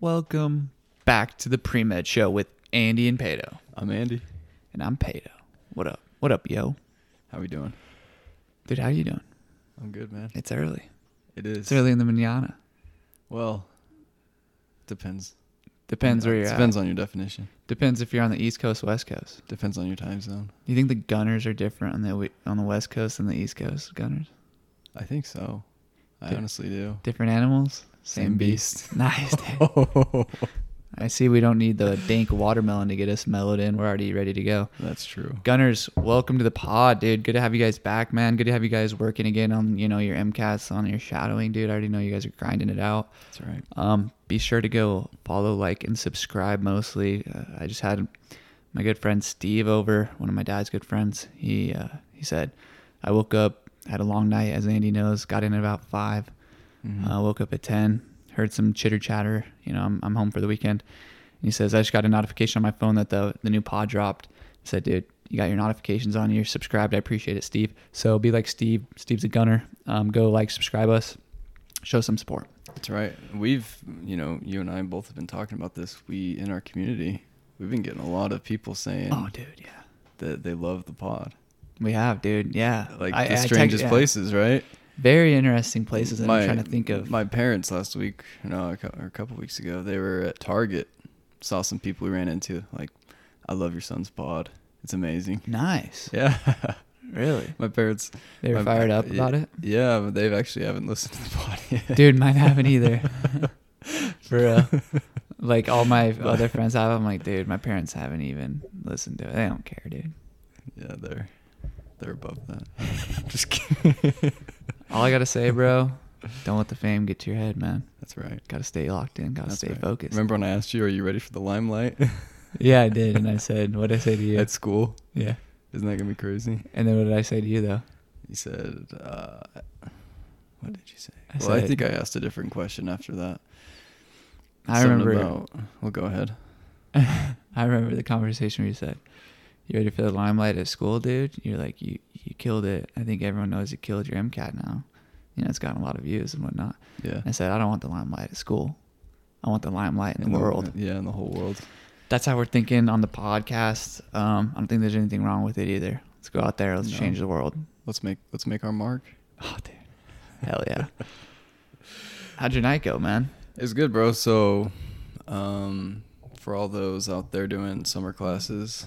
Welcome back to the pre med show with Andy and Pato. I'm Andy. And I'm Pato. What up? What up, yo? How we doing? Dude, how you doing? I'm good, man. It's early. It is. It's early in the manana. Well, depends. Depends where you're Depends on your definition. at. Depends if you're on the East Coast, West Coast. Depends on your time zone. You think the gunners are different on the we- on the West Coast than the East Coast gunners? I think so. I Dude. honestly do. Different animals, Same beast. Nice. dude. I see. We don't need the dank watermelon to get us mellowed in. We're already ready to go. That's true. Gunners, welcome to the pod, dude. Good to have you guys back, man. Good to have you guys working again on, you know, your MCATs, on your shadowing, dude. I already know you guys are grinding it out. That's right. Um, be sure to go follow, like, and subscribe mostly. Uh, I just had my good friend Steve over, one of my dad's good friends. He uh, he said, I woke up, had a long night, as Andy knows, got in at about 5 Uh, woke up at 10, heard some chitter chatter. You know, I'm, I'm home for the weekend. And he says, I just got a notification on my phone that the, the new pod dropped. I said, dude, you got your notifications on. You're subscribed. I appreciate it, Steve. So be like Steve. Steve's a gunner. Um, go like, subscribe us, show some support. That's right. We've, you know, you and I both have been talking about this. We in our community, we've been getting a lot of people saying Oh, dude, yeah. that they love the pod. We have, dude. Yeah. Like I- I the text- strangest yeah. places, right? Very interesting places that I'm trying to think of. My parents last week, no, a cou- or a couple weeks ago, they were at Target. Saw some people we ran into. Like, I love your son's pod. It's amazing. nice. Yeah, Really? my parents. They were my- fired up about it? Yeah, but they've actually haven't listened to the pod yet. Dude, mine haven't either. For real. Like all my other friends have, I'm like, dude, my parents haven't even listened to it. They don't care, dude. Yeah, they're they're above that. Just kidding. All I gotta say, bro, don't let the fame get to your head, man. That's right. Gotta stay locked in. Gotta That's stay right. focused. Remember when I asked you, "Are you ready for the limelight?" Yeah, I did, and I said, what did I say to you? at school. yeah. Isn't that gonna be crazy? And then what did I say to you though? You said, uh, "What did you say?" I well, I said- think I asked a different question after that. I Something remember. About, well, go ahead. I remember the conversation where you said, "You ready for the limelight at school, dude?" You're like, "You you killed it. I think everyone knows you killed your MCAT now. You know, it's gotten a lot of views and whatnot." Yeah. I said, "I don't want the limelight at school. I want the limelight in the In world." yeah, in the whole world. That's how we're thinking on the podcast. Um, I don't think there's anything wrong with it either. Let's go out there. Let's No. change the world. Let's make let's make our mark. Oh, dude, hell yeah! How'd your night go, man? It's good, bro. So, um, for all those out there doing summer classes,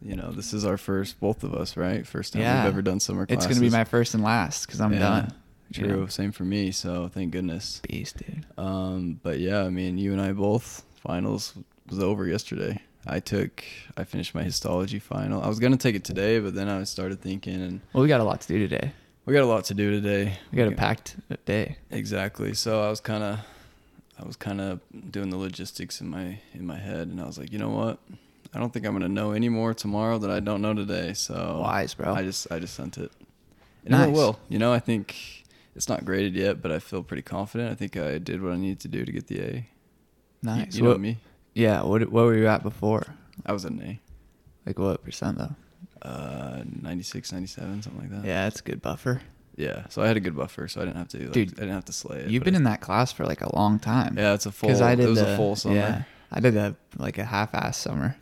you know, this is our first, both of us, right? First time Yeah. we've ever done summer It's classes. gonna be my first and last because I'm Yeah, done. you True. know? Same for me. So thank goodness. Beast, dude. Um, but yeah, I mean, you and I both finals was over yesterday. I took, I finished my histology final. I was gonna take it today, but then I started thinking, and Well, we got a lot to do today. we got a lot to do today. We got a Okay. packed day. Exactly. So I was kind of, I was kind of doing the logistics in my in my head, and I was like, you know what? I don't think I'm gonna know any more tomorrow that I don't know today. So Wise, bro. I just I just sent it, and I Nice. will. You know, I think it's not graded yet, but I feel pretty confident. I think I did what I needed to do to get the A. You- Nice. You, know What- me. Yeah. What What were you at before? I was at an Like what percent though? A, uh, 96, 97, something like that. Yeah, that's a good buffer. Uh, Yeah. So I had a good buffer, so I didn't have to. Like, Dude, I didn't have to slay it. You've but been I- in that class for like a long time. Yeah, it's a full. Because I did it was the, a full summer. Yeah, I did a like a half-ass summer.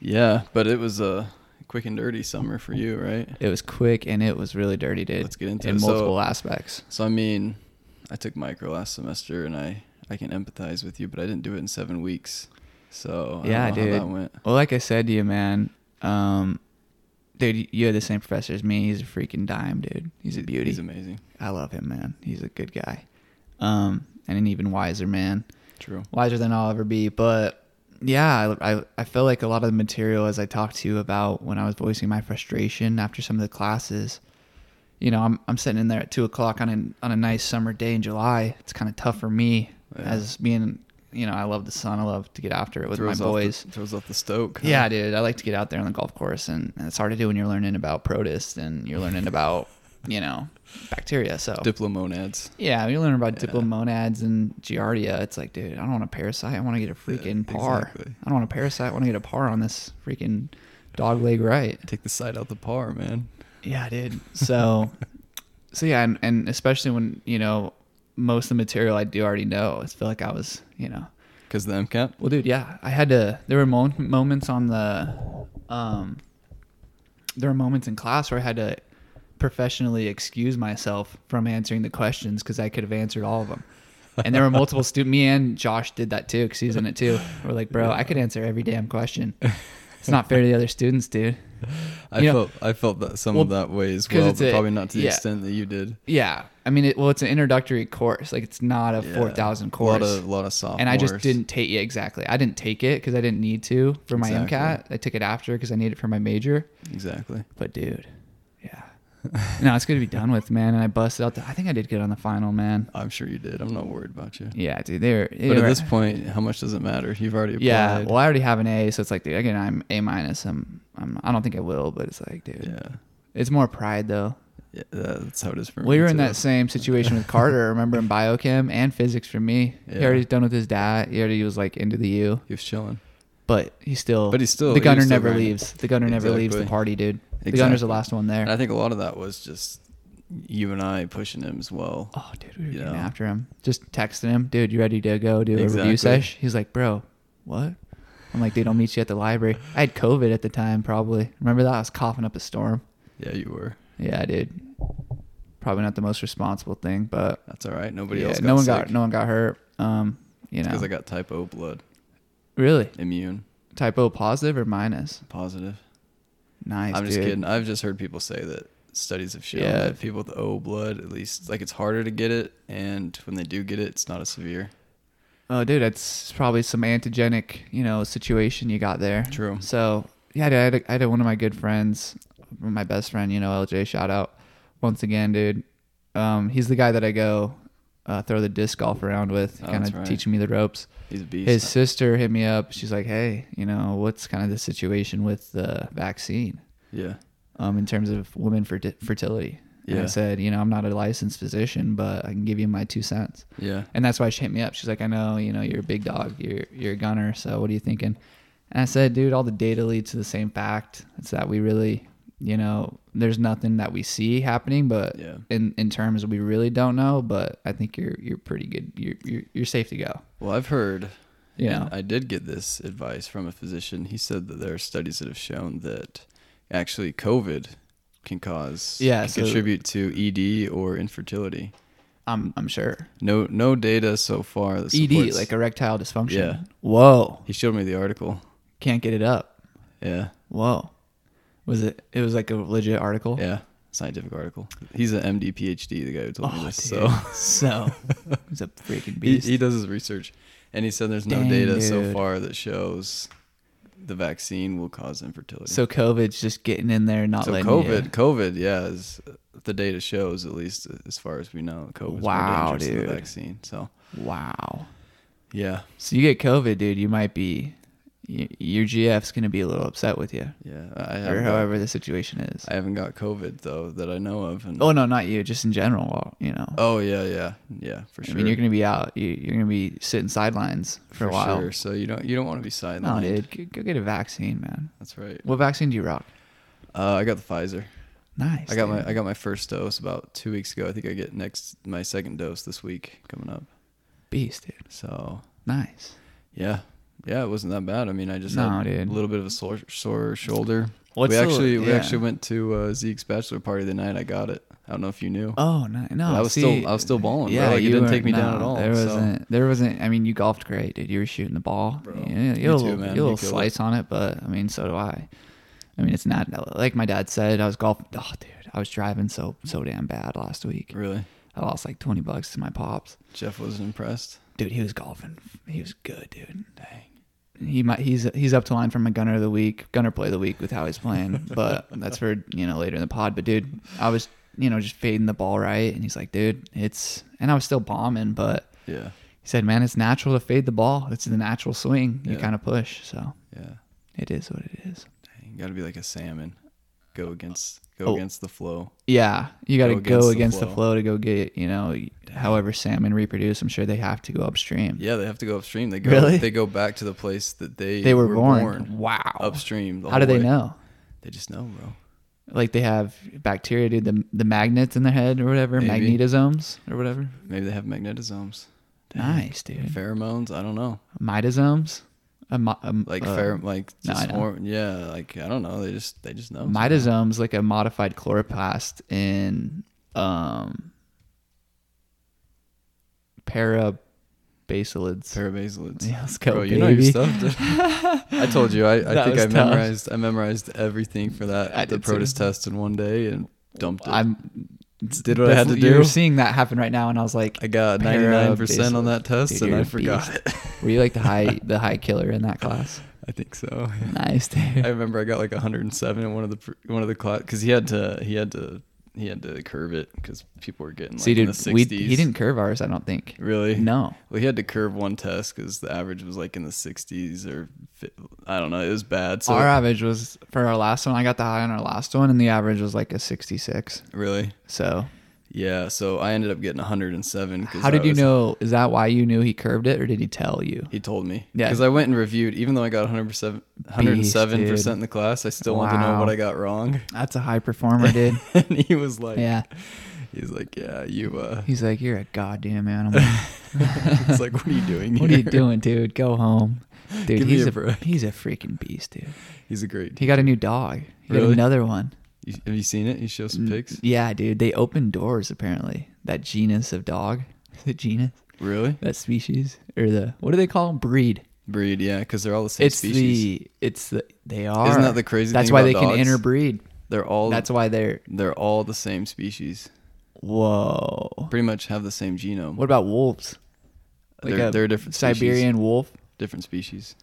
Yeah, but it was a quick and dirty summer for you, right? It was quick and it was really dirty, dude. Let's get into in it. So- multiple aspects. So I mean, I took micro last semester, and I I can empathize with you, but I didn't do it in seven weeks. So I Yeah, don't know dude. how that went. Well, like I said to you, man, um, dude, you had the same professor as me. He's a freaking dime, dude. He's a beauty. He's amazing. I love him, man. He's a good guy, um, and an even wiser man. True. wiser than I'll ever be. But yeah, I, I, I feel like a lot of the material as I talked to you about when I was voicing my frustration after some of the classes, you know, I'm, I'm sitting in there at two o'clock on an, on a nice summer day in July. It's kind of tough for me Yeah. as being, you know, I love the sun. I love to get after it with Throws my off the- boys. throws off the stoke. huh? Yeah, dude. I like to get out there on the golf course, and, and it's hard to do when you're learning about protists and you're learning about, you know, bacteria. So Diplomonads. yeah, when you learn about diplomonads and giardia, it's like, dude, I don't want a parasite. I want to get a freaking par. exactly. I don't want a parasite. I want to get a par on this freaking dog leg right. Take the side out the par, man. Yeah, I did. So, so yeah, and, and especially when you know most of the material I do already know. I feel like I was, you know, because the MCAT. Well, dude, yeah, I had to. There were mo- moments on the, um, there were moments in class where I had to professionally excuse myself from answering the questions because I could have answered all of them. And there were multiple students. Me and Josh did that too because he's in it too. We're like, bro, I could answer every damn question. It's not fair to the other students, dude. I You know- felt I felt that some of Well, that way as 'cause well, it's but a- probably not to the yeah. extent that you did. Yeah, I mean, it, well, it's an introductory course. Like, it's not a Yeah. four thousand A lot course. of, lot of sophomores. and I just didn't take yeah exactly. I didn't take it because I didn't need to for my Exactly. MCAT. I took it after because I needed it for my major. exactly. But dude, yeah, no, it's good to be done with, man. And I busted out. The, I think I did good on the final, man. I'm sure you did. I'm not worried about you. Yeah, dude, they were. They But at were- this point, how much does it matter? You've already applied. yeah. Well, I already have an A, so it's like, dude, again, I'm A minus. I'm, I'm. I don't think I will, but it's like, dude, yeah. it's more pride though. yeah, that's how it is for me. We were in too. that same situation with Carter. Remember in biochem and physics for me. He Yeah. already done with his dad. He already was like into the U. He was chilling. but he still. But he's still- the he was gunner still never grinding. leaves. The gunner never leaves the Exactly. party, dude. The gunner's the Exactly. last one And I there. think a lot of that was just you and I pushing him as well. Oh, dude, we were You getting know. after him. Just texting him, dude. You ready to go do a Exactly. review sesh? He's like, bro, what? I'm like, dude, I'll meet you at the library. I had COVID at the time, probably. Remember that? I was coughing up a storm. Yeah, you were. Yeah, dude. Probably not the most responsible thing, but That's all right. Nobody yeah, else. Got no one sick. got no one got hurt. Um, you know, Because I got type O blood, really immune, type O positive or minus? positive. Nice. I'm just dude. kidding. I've just heard people say that studies have shown Yeah. that people with O blood, at least, like it's harder to get it, and when they do get it, it's not as severe. Oh, dude, that's probably some antigenic, you know, situation you got there. True. So yeah, dude, I had, a, I had a, one of my good friends, my best friend, you know, LJ. Shout out once again, dude. Um, he's the guy that I go uh, throw the disc golf around with, Oh, kind that's of right. teaching me the ropes. He's a beast. His sister hit me up. She's like, "Hey, you know, what's kind of the situation with the vaccine yeah. um, in terms of women for fertility?" And I Yeah. said, "You know, I'm not a licensed physician, but I can give you my two cents." Yeah. And that's why she hit me up. She's like, I know, you know, you're a big dog, you're you're a gunner, so what are you thinking? And I said, dude, all the data leads to the same fact. It's that we really, you know, there's nothing that we see happening, but Yeah. in in terms we really don't know. But I think you're you're pretty good. You're you're, you're safe to go. Well, I've heard. You know? and I did get this advice from a physician. He said that there are studies that have shown that actually COVID can cause, Yeah, can so- contribute to ED or infertility. I'm I'm sure. No, no data so far. That ED supports- E like erectile dysfunction. Yeah. Whoa. he showed me the article. Can't get it up. Yeah, Whoa. Was it? It was like a legit article. yeah, scientific article. He's an MD, PhD, the guy who told me Oh, dude. this. So, So so it's a freaking he, beast. he does his research, and he said there's no Dang, data so dude. far that shows the vaccine will cause infertility. So COVID's just getting in there, and not So letting COVID, You. COVID, yeah, is the data shows at least as far as we know, COVID is Wow, more dangerous than the dude. vaccine. So Wow. yeah, So you get COVID, dude. You might be y- your GF's gonna be a little upset with you, yeah, I or haven't, got, however the situation is. I haven't got COVID though that I know of. And, oh. oh no, not you. Just in general, well, you know. yeah, yeah, yeah, Oh, for sure. I mean, you're gonna be out. You, you're gonna be sitting sidelines for, for a while. sure. So you don't you don't want to be No, sidelined. dude, go, go get a vaccine, man. That's right. What vaccine do you rock? Uh, I got the Pfizer. Nice. I got my dude. I got my first dose about two weeks ago. I think I get next my second dose this week coming up. beast, dude. So Nice. yeah, yeah, it wasn't that bad. I mean, I just No, had dude. a little bit of a sore, sore shoulder. What's we the- actually we yeah. actually went to uh, Zeke's bachelor party the night I got it. I don't know if you knew. Oh no, no. But I was see, still- I was still balling, bro. Like, it you didn't weren't- take me down at all, There so. wasn't. There wasn't. I mean, you golfed great, dude. You were shooting the ball. Bro, yeah, you you, had a too, little, man. you had a You little killed it. slice on it, but I mean, so do I. I mean, it's not like my dad said. I was golfing. Oh, dude, I was driving so so damn bad last week. Really, I lost like twenty bucks to my pops. Jeff wasn't impressed. Dude, he was golfing. He was good, dude. Dang. He might he's he's up to line for my gunner of the week, gunner play of the week with how he's playing. but that's for you know later in the pod. But dude, I was you know just fading the ball right, and he's like, dude, it's and I was still bombing, but Yeah, he said, man, it's natural to fade the ball. It's the natural swing. You Yeah. kind of push, so yeah. it is what it is. Dang, you got to be like a salmon. Go against go Oh. against the flow. Yeah, you got to Go go against against the the flow to go get you know. However, salmon reproduce. I'm sure they have to go upstream. Yeah, they have to go upstream. They go Really? they go back to the place that they They were, born. Wow. upstream. the How do whole they way. know? They just know, bro. like they have bacteria, dude, the the magnets in their head or whatever, Maybe. magnetosomes or whatever. Maybe they have magnetosomes. Nice, dude. Pheromones? I don't know. Midazomes? A, mi- um, Like uh, pher- like no, just I know. more yeah, like I don't know. They just they just know. Midazome's like a modified chloroplast in um parabasalids. Parabasalids. yeah, let's go, Bro, baby. you know your stuff. dude. I told you. I, I That think I was tough. memorized. I memorized everything for that I the did too. protest test in one day and dumped it. i I'm Did what I had to you were do. seeing that happen right now and I was like got ninety nine percent on that test Dude, and you're I a forgot beast. it. were you like the high the high killer in that class? I think so. Nice I dude. remember I got like hundred and seven in one of the pr- one of the class because he had to he had to he had to curve it because people were getting like See in the dude, we, sixties. he didn't curve ours, I don't think. really. No. Well, he had to curve one test because the average was like in the sixties or fi- I don't know. It was bad. So our average was for our last one, I got the high on our last one and the average was like a 66. really, So, yeah. So I ended up getting hundred and seven. how did you know? Is that why you knew he curved it or did he tell you? He told me. Yeah. Because I went and reviewed, even though I got 107, 107% Beast, dude. in the class, I still want to know Wow. what I got wrong. That's a high performer, dude. and he was like, yeah. he's like, yeah, you, uh, He's like, you're a goddamn animal. it's like, what are you doing here? What are you doing, dude? Go home. Dude, Give me he's a a, break. he's a freaking beast, dude. He's a great, He got a new dog. He got Really? another one. you, have you seen it? You show Mm. some pics? Yeah, dude. They open doors apparently. That genus of dog. The genus. Really? That species. Or the what do they call them? Breed. Breed, yeah, because they're all the same it's species. the it's the they are that the crazy That's thing why about they dogs? can interbreed. They're all, That's why they're they're all the same species. whoa. Pretty much have the same genome. What about wolves? they're, a they're different species. Siberian wolf, Different species.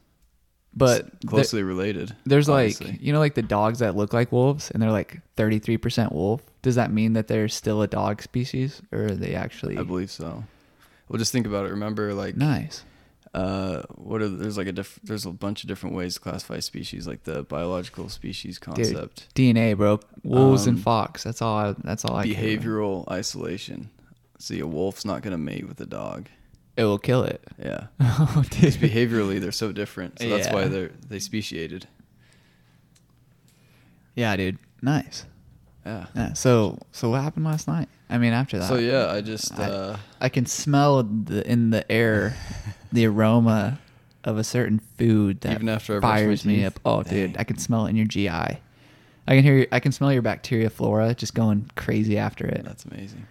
but S- there- closely related. there's like obviously. you know like the dogs that look like wolves and they're like 33% wolf. Does that mean that they're still a dog species or are they actually I believe so. Well, just think about it. Remember, like, nice? uh what are there's like a diff, there's a bunch of different ways to classify species like the biological species concept DNA, bro. Wolves Um, and fox. That's all. I, that's all I. care about. behavioral isolation see a wolf's not going to mate with a dog It will kill it. yeah oh, because dude. behaviorally they're so different so that's why Yeah. they're they speciated Yeah, dude. Nice. yeah Yeah, so so what happened last night? I mean, after that. so yeah i just I- uh I can smell the, in the air the aroma of a certain food that Even after I brush my fires me teeth? up. Oh, dude, I can smell it in your GI. I can hear. Your, I can smell your bacteria flora just going crazy after it. that's amazing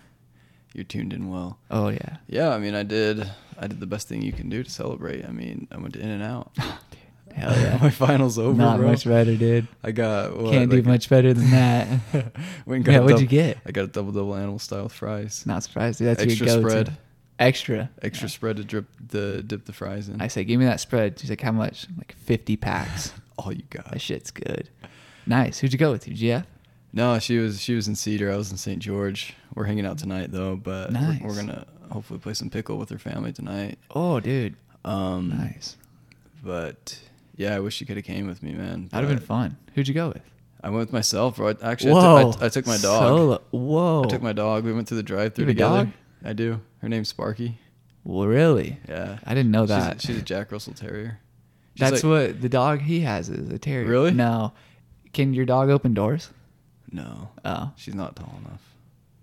you're tuned in well Oh yeah. yeah i mean i did i did the best thing you can do to celebrate i mean i went to in and out Hell yeah. my finals over Not bro. much better, dude. i got what, Can't like do much better than that. went and got yeah, a what'd you dub- get? i got a double double animal style with fries Not surprised. Dude. That's Extra your go-to. spread. Extra. extra spread to drip the dip the fries in. I say, give me that spread. She's like, how much? I'm like fifty packs. All you That got. shit's good. Nice. Who'd you go with? Your GF? No, she was she was in Cedar. I was in St. George. We're hanging out tonight though, but we're- Nice. we're, gonna hopefully play some pickle with her family tonight. Oh, dude. Um, Nice. but yeah, I wish she could have came with me, man. That'd have But been fun. Who'd you go with? I went with myself, bro. I, actually, I took- I, I took my dog. Solo. Whoa. I took my dog. We went through the drive-through Oh. You have a together. dog? I do. Her name's Sparky. well, really? Yeah. I didn't know She's a- that. She's, a Jack Russell Terrier. She's That's like- what the dog he has is a terrier. Really? No. Can your dog open doors? No, Oh, she's not tall enough.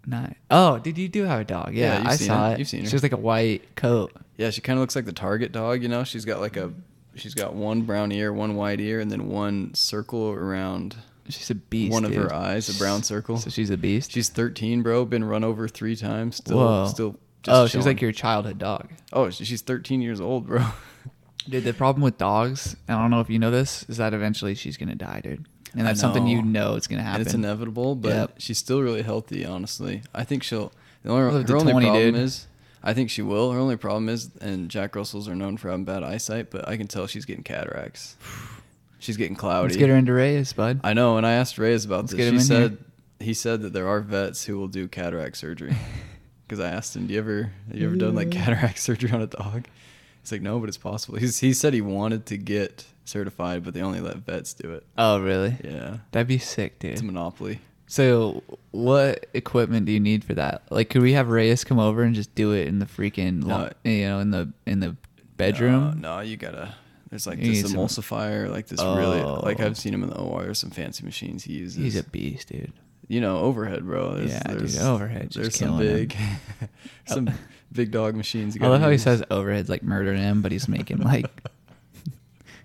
not. Oh, did you do have a dog? Yeah, Yeah, you've I seen saw her. it. You've seen her. She has like a white coat. Yeah, she kind of looks like the target dog, you know? She's got like a she's got one brown ear, one white ear, and then one circle around She's a beast. one of dude. her eyes, a brown circle. So she's a beast. She's 13, bro, been run over 3 times, still Whoa. still just oh, she's chilling. like your childhood dog. Oh, she- she's 13 years old, bro. Dude, the problem with dogs, and I don't know if you know this, is that eventually she's gonna die, dude. And I that's something you know. know it's gonna happen. And it's inevitable, but Yep. she's still really healthy, honestly. I think she'll the only, Live her to only 20, problem dude. is I think she will. Her only problem is and Jack Russells are known for having bad eyesight, but I can tell she's getting cataracts. She's getting cloudy. Let's get her into Reyes, bud. I know, and I asked Reyes about Let's this. get him He in said here. he said that there are vets who will do cataract surgery. Because I asked him, "Do you ever have you ever done like cataract surgery on a dog?" He's like, "No, but it's possible." He's, he said he wanted to get certified, but they only let vets do it. Oh, really? Yeah, That'd be sick, dude. it's a monopoly. So, what equipment do you need for that? Like, could we have Reyes come over and just do it in the freaking, lo- you know, in the in the Uh, bedroom? no, you gotta. There's like You this need some- emulsifier, like this really, like Oh. I've seen him in the OR. There's some fancy machines he uses. He's a beast, dude. you know, overhead, bro. There's, Yeah, dude, there's, overhead, just There's some killing 'em. big, some big dog machines. you I love how he gotta use. says overhead's like murdering him, but he's making like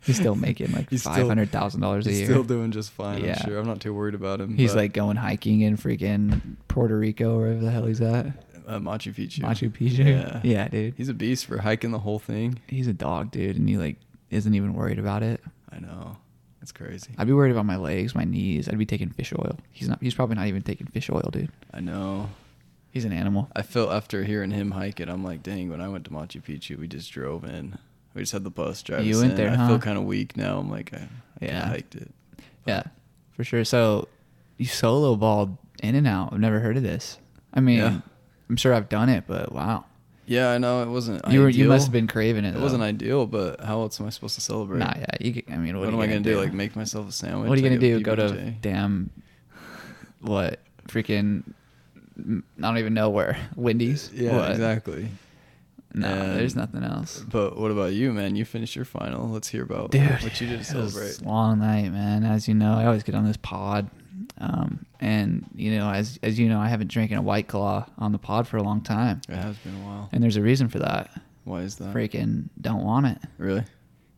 he's still making like He's still- five hundred thousand dollars a He's year. still doing just fine. Yeah. I'm sure. I'm not too worried about him. he's but, like going hiking in freaking Puerto Rico, or wherever the hell he's at. uh, Machu Picchu. Machu Picchu. Yeah. yeah, dude. He's a beast for hiking the whole thing. He's a dog, dude, and he like isn't even worried about it. I know. That's crazy. I'd be worried about my legs, my knees. I'd be taking fish oil. He's not. He's probably not even taking fish oil, dude. I know. He's an animal. I felt after hearing him hike it, I'm like, dang, when I went to Machu Picchu, we just drove in. We just had the bus drive. You us went in. there, I huh? feel kind of weak now. I'm like, I, I yeah. Yeah. hiked it. Yeah, for sure. So you solo balled in and out. I've never heard of this. I mean, Yeah. I'm sure I've done it, but wow, Yeah, I know. It wasn't you ideal. were you must have been uh, craving it. It wasn't ideal, but how else am I supposed to celebrate? Nah, yeah. You, can- I mean, what, what are am you I gonna going to do? Like, make myself a sandwich? what are you like gonna a do? Go to PB&J? damn what? Freaking, I don't even know where Wendy's. Yeah, What? exactly. No, And- there's nothing else. But what about you, man? You finished your final. Let's hear about Dude, what you did to it was celebrate. a long night, man. As you know, I always get on this pod, um, and you know, as as you know, I haven't drinking a white claw on the pod for a long time, It has been a while. and there's a reason for that. Why is that? Freaking don't want it. Really?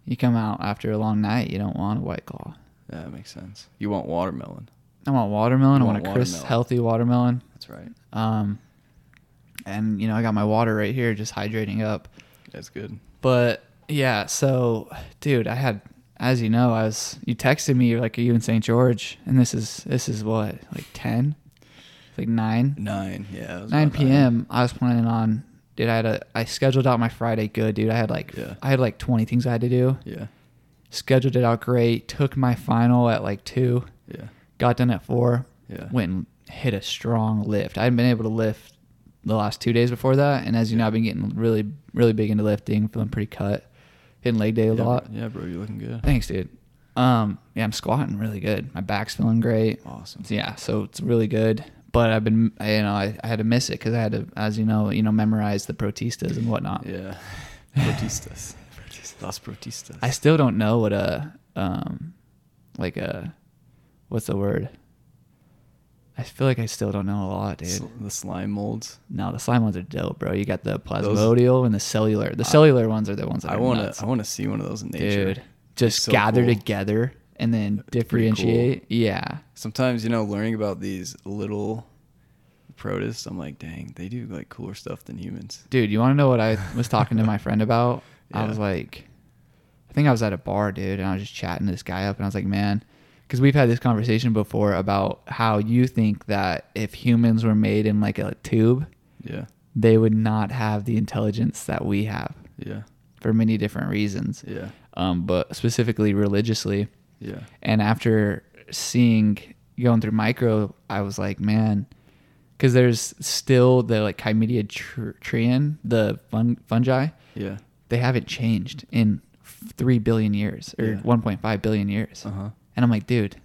You come out after a long night, you don't want a white claw. Yeah, that makes sense. You want watermelon. I want watermelon. You I want, want a crisp, watermelon. healthy watermelon. That's right. Um, and you know, I got my water right here, just hydrating up. That's good. But yeah, so dude, I had as you know, I was you texted me, you're like, Are you in St. George? And this is this is what, like ten? Like nine? Nine. Yeah. it was Nine about PM. I was planning on dude, I had a I scheduled out my Friday good, dude. I had like Yeah. I had like twenty things I had to do. Yeah. Scheduled it out great, took my final at like two, Yeah. got done at four, Yeah. went and hit a strong lift. I hadn't been able to lift the last two days before that, and as you know, I've been getting really, really big into lifting, feeling pretty cut, hitting leg day a yeah, lot. Bro, yeah, bro. You're looking good. Thanks, dude. Um, yeah, I'm squatting really good. My back's feeling great. Awesome. Yeah, so it's really good. But I've been, I- you know, I, I had to miss it because I had to, as you know, you know, memorize the protistas and whatnot. Yeah. Protistas. Las Protistas. I still don't know what a, um, like a, what's the word? I feel like I still don't know a lot, dude. Sl- the slime molds. No, the slime ones are dope, bro. You got the plasmodial and the cellular. The cellular ones are the ones that I I want want to. I want to see one of those in nature. dude. Just so gather cool. together and then pretty cool. differentiate. Yeah, Sometimes you know, learning about these little protists, I'm like, dang, they do like cooler stuff than humans. dude. You want to know what I was talking to my friend about? I Yeah. was like, I think I was at a bar, dude, and I was just chatting this guy up, and I was like, man, because we've had this conversation before about how you think that if humans were made in like a tube, Yeah. they would not have the intelligence that we have Yeah. for many different reasons. Yeah. um, but specifically religiously. Yeah. And after seeing going through micro, I was like, man, because there's still the like Chimedia tr- trian, the fun- fungi, Yeah. they haven't changed in f- three billion years or Yeah. 1.5 billion years. Uh huh. And I'm like, dude,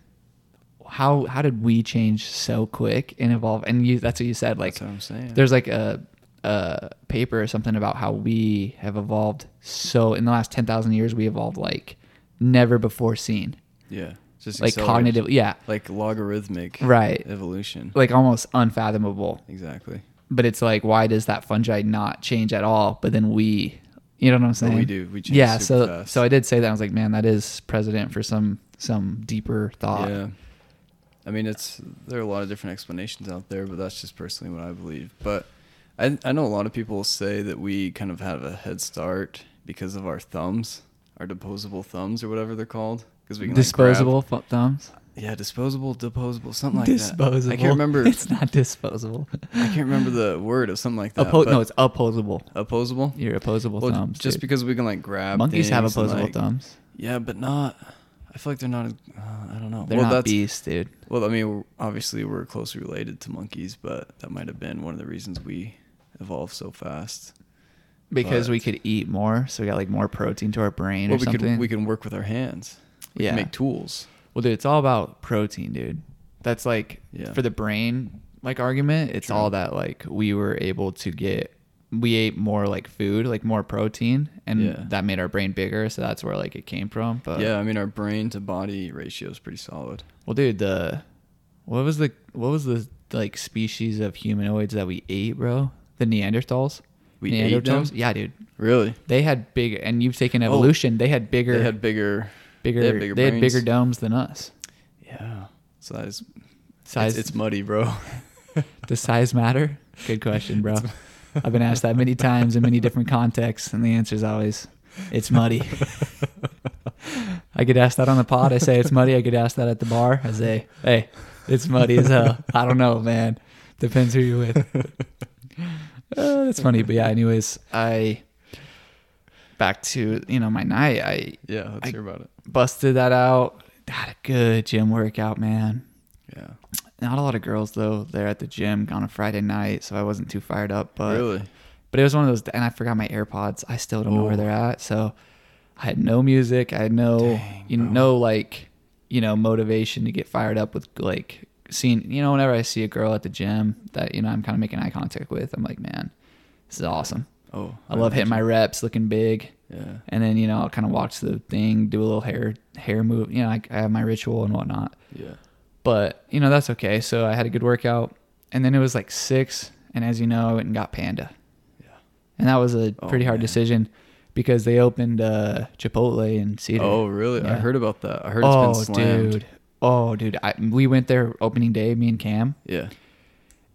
how how did we change so quick and evolve? And you, that's what you said, like That's what I'm saying. there's like a a paper or something about how we have evolved so in the last 10,000 years we evolved like never before seen Yeah. Just like accelerated. cognitive yeah like logarithmic Right. evolution. like almost unfathomable Exactly. but it's like why does that fungi not change at all but then we you know what I'm But saying we do. We change yeah super so fast. so I did say that I was like man that is precedent for some some deeper thought Yeah. I mean, it's there are a lot of different explanations out there, but that's just personally what I believe. But I, I know a lot of people say that we kind of have a head start because of our thumbs, our disposable thumbs or whatever they're called, because we can like, disposable fu- thumbs grab- yeah, disposable, disposable, something like disposable that. I can't remember. it's not disposable I can't remember the word of something like that. Oppo- but- no it's opposable opposable. your opposable Well, thumbs just dude. because we can like grab Monkeys have things and, opposable like- thumbs. Yeah, but not. I feel like they're not. as- Uh, I don't know. They're well, not that's beasts, dude. well. I mean, we're- obviously we're closely related to monkeys, but that might have been one of the reasons we evolved so fast. Because but- we could eat more, so we got like more protein to our brain well, or we something. can we can work with our hands. We Yeah. can make tools. well, dude, it's all about protein, dude. That's like Yeah. for the brain like argument. It's all that like we were able to get. We ate more like food, like more protein, and Yeah. that made our brain bigger. So that's where like it came from. But yeah, I mean, our brain to body ratio is pretty solid. well, dude, the What was the what was the like species of humanoids that we ate, bro? The Neanderthals. We ate them? Yeah, dude. Really? They had big, and you've taken Oh. evolution. they had bigger, They had bigger. bigger, they had bigger brains. bigger domes than us. Yeah. So that is. Size, It's, it's muddy, bro. does size matter? Good question, bro. I've been asked that many times in many different contexts, and the answer is always, it's muddy. I get asked that on the pod. I say it's muddy. I get asked that at the bar. I say, hey, it's muddy as hell. I don't know, man. Depends who you're with. Uh, that's funny, but yeah. Anyways, I back to you know my night. I yeah. Let's I- hear about it. busted that out. Had a good gym workout, man. Yeah. Not a lot of girls though. They're at the gym on a Friday night, so I wasn't too fired up. But really? but it was one of those, and I forgot my AirPods. I still don't know where Oh. they're at. So I had no music. I had no, Dang, you bro. know, like, you know, motivation to get fired up with like seeing, you know, whenever I see a girl at the gym that, you know, I'm kind of making eye contact with, I'm like, man, this is awesome. Oh. I love hitting my reps, looking big. Yeah. And then, you know, I'll kind of watch the thing, do a little hair, hair move. You know, I, I have my ritual and whatnot Yeah. but you know that's okay so i had a good workout and then it was like six and as you know i went and got panda Yeah. and that was a Oh, pretty hard man. decision because they opened uh chipotle in cedar Oh, really? I Yeah. heard about that. I heard it's oh been slammed. dude oh dude I, we went there opening day me and cam Yeah.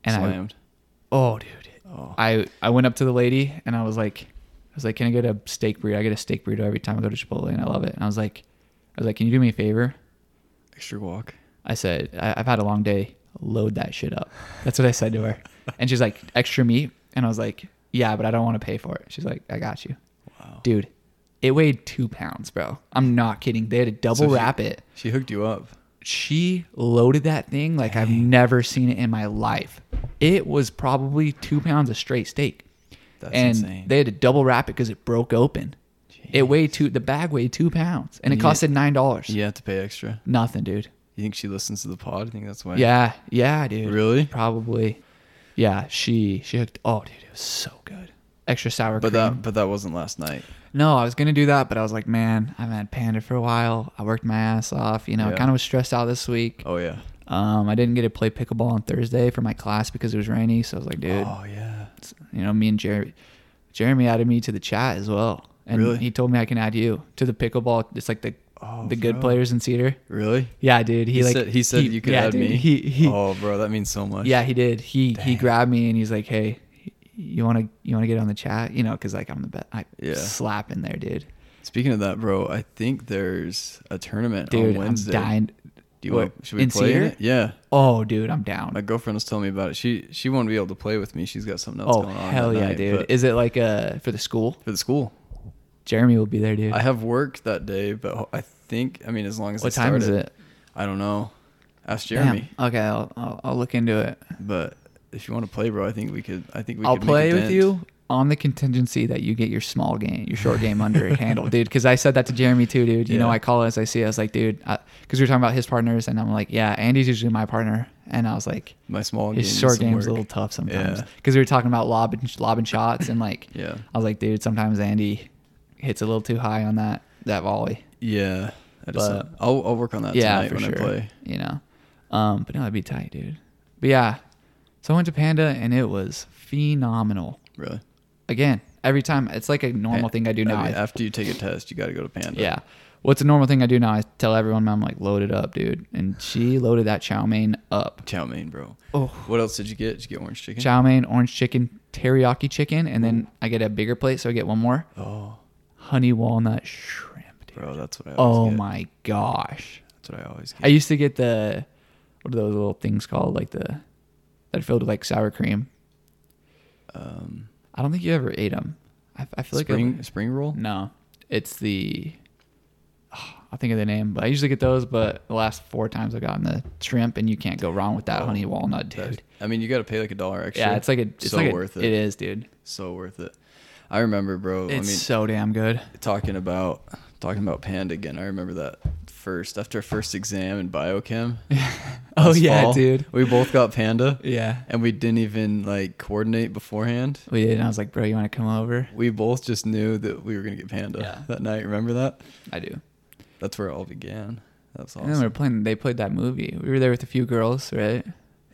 and slammed. i oh dude oh. i i went up to the lady and i was like i was like can i get a steak burrito i get a steak burrito every time i go to chipotle and i love it and i was like i was like can you do me a favor Extra walk. I said, I- I've had a long day. Load that shit up. That's what I said to her. And she's like, extra meat. And I was like, yeah, but I don't want to pay for it. She's like, I got you. Wow. Dude, it weighed two pounds, bro. I'm not kidding. They had to double So she- wrap it. She hooked you up. She loaded that thing like I've never seen it in my life. It was probably two pounds of straight steak. That's and insane. they had to double wrap it because it broke open. It Jeez. weighed two, the bag weighed two pounds and it And you- costed $9. You have to pay extra. Nothing, dude. You think she listens to the pod? You think that's why? Yeah, yeah, dude. Really? Probably. Yeah, she she hooked. Oh, dude, it was so good. Extra sour But uh, cream. that but that wasn't last night. no, I was gonna do that, but I was like, man, I've had panda for a while. I worked my ass off. You know, I Yeah. kind of was stressed out this week. Oh yeah. Um, I didn't get to play pickleball on Thursday for my class because it was rainy. So I was like, dude, Oh yeah. you know, me and Jeremy, Jeremy added me to the chat as well, and Really? he told me I can add you to the pickleball. It's like the Oh, the good bro. players in Cedar. Really? Yeah, dude. He, He, like said he said you could yeah, add dude, me. He he oh bro, that means so much. Yeah, he did. He he Dang. grabbed me and he's like, "Hey, you want to you want to get on the chat? You know, because like I'm the best. I Yeah. slap in there, dude. Speaking of that, bro, I think there's a tournament Dude, on I'm Wednesday. dying. Do you want What, should we in play in Cedar? it? Yeah. Oh, dude, I'm down. My girlfriend was telling me about it. She she won't be able to play with me. She's got something else oh going on. hell that yeah, night, dude. but Is it like uh for the school? for the school. Jeremy will be there, dude. I have work that day, but ho- I think I mean as long as what I time start is it? I don't know. Ask Damn. Jeremy. Okay, I'll, I'll I'll look into it. But if you want to play, bro, I think we could. I think we. I'll could make a play with dent. you on the contingency that you get your small game, your short game under a handle, dude. Because I said that to Jeremy too, dude. You know, Yeah. I call it as I see. it. I was like, dude, because we were talking about his partners, and I'm like, yeah, Andy's usually my partner, and I was like. My small game. His short some game's a work. little tough sometimes Yeah. because we were talking about lobbing, lobbing shots, and like Yeah. I was like, dude, sometimes Andy hits a little too high on that that volley. Yeah. I just, uh, But- I'll I'll work on that yeah, tonight for when sure. I play. You know, um, but no, that'd be tight, dude. But yeah, so I went to Panda and it was phenomenal. Really. Again, every time it's like a normal Pan- thing I do now. I mean, I- after you take a test, you got to go to Panda. yeah, what's a normal thing I do now? I tell everyone I'm like, load it up, dude, and she loaded that chow mein up. Chow mein, bro. Oh. What else did you get? Did you get orange chicken? Chow mein, orange chicken, teriyaki chicken, and then I get a bigger plate, so I get one more. oh, honey walnut shrimp. Dude. bro, that's what I. Always Oh get. my gosh! That's what I always get. I used to get the what are those little things called? Like the that are filled with like sour cream. um, I don't think you ever ate them. I, I feel like I- spring spring roll. no, it's the I'll think of the name, but I usually get those. But the last four times I've gotten the shrimp, and you can't go wrong with that honey walnut, dude. That- I mean, you got to pay like a dollar extra. yeah, it's like a it's Oh, so like a- worth it. It is, dude. So worth it. I remember, bro. It's I mean, so damn good. talking about talking about panda again. I remember that first after our first exam in biochem. Oh last yeah, fall, dude. We both got panda, Yeah, and we didn't even like coordinate beforehand. we did. And I was like, bro, you want to come over? We both just knew that we were gonna get panda Yeah. that night. Remember that? I do. That's where it all began. That's And then we awesome. were playing. They played that movie. We were there with a few girls, right?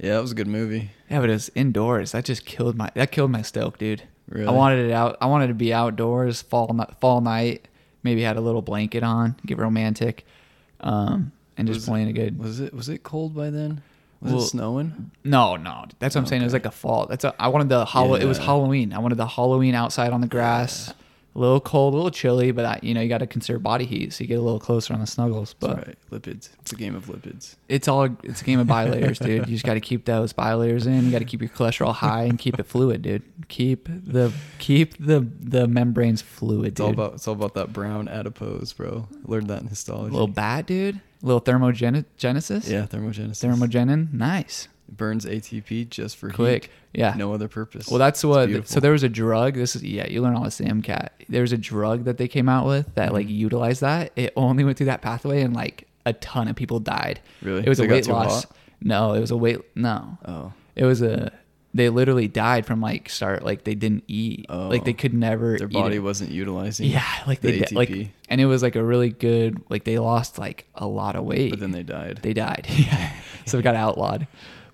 Yeah, that was a good movie. Yeah, but it was indoors. That just killed my. That killed my stoke, dude. Really? I wanted it out. I wanted to be outdoors, fall ni- fall night. Maybe had a little blanket on, get romantic, um, and just Was it- playing a good. Was it was it cold by then? Was Well- it snowing? No, no, that's what I'm saying. It was like a fall. That's a, I wanted the hollow. It was Yeah. Halloween. I wanted the Halloween outside on the grass. A little cold, a little chilly, but I, you know you got to conserve body heat, so you get a little closer on the snuggles. But That's right. Lipids. It's a game of lipids. it's all it's a game of bilayers, dude. You just got to keep those bilayers in. You got to keep your cholesterol high and keep it fluid, dude. Keep the keep the the membranes fluid, It's all dude. about it's all about that brown adipose, bro. Learned that in histology. little bat, dude. Little thermogenesis. yeah, thermogenesis. Thermogenin. Nice. It burns ATP just for Quick. heat. Yeah. No other purpose. Well, that's It's what. so beautiful. there was a drug. This is yeah. You learn all this in MCAT. There was a drug that they came out with that Mm-hmm. like utilized that. It only went through that pathway, and like a ton of people died. Really? It was They a got weight too loss. hot? No, it was a weight. No. Oh. It was a. They literally died from like start like they didn't eat. Like they could never. Oh. Their eat body it. wasn't utilizing. Yeah, like they di- the ATP, like, and it was like a really good like they lost like a lot of weight. but then they died. They died. Yeah. so it got outlawed.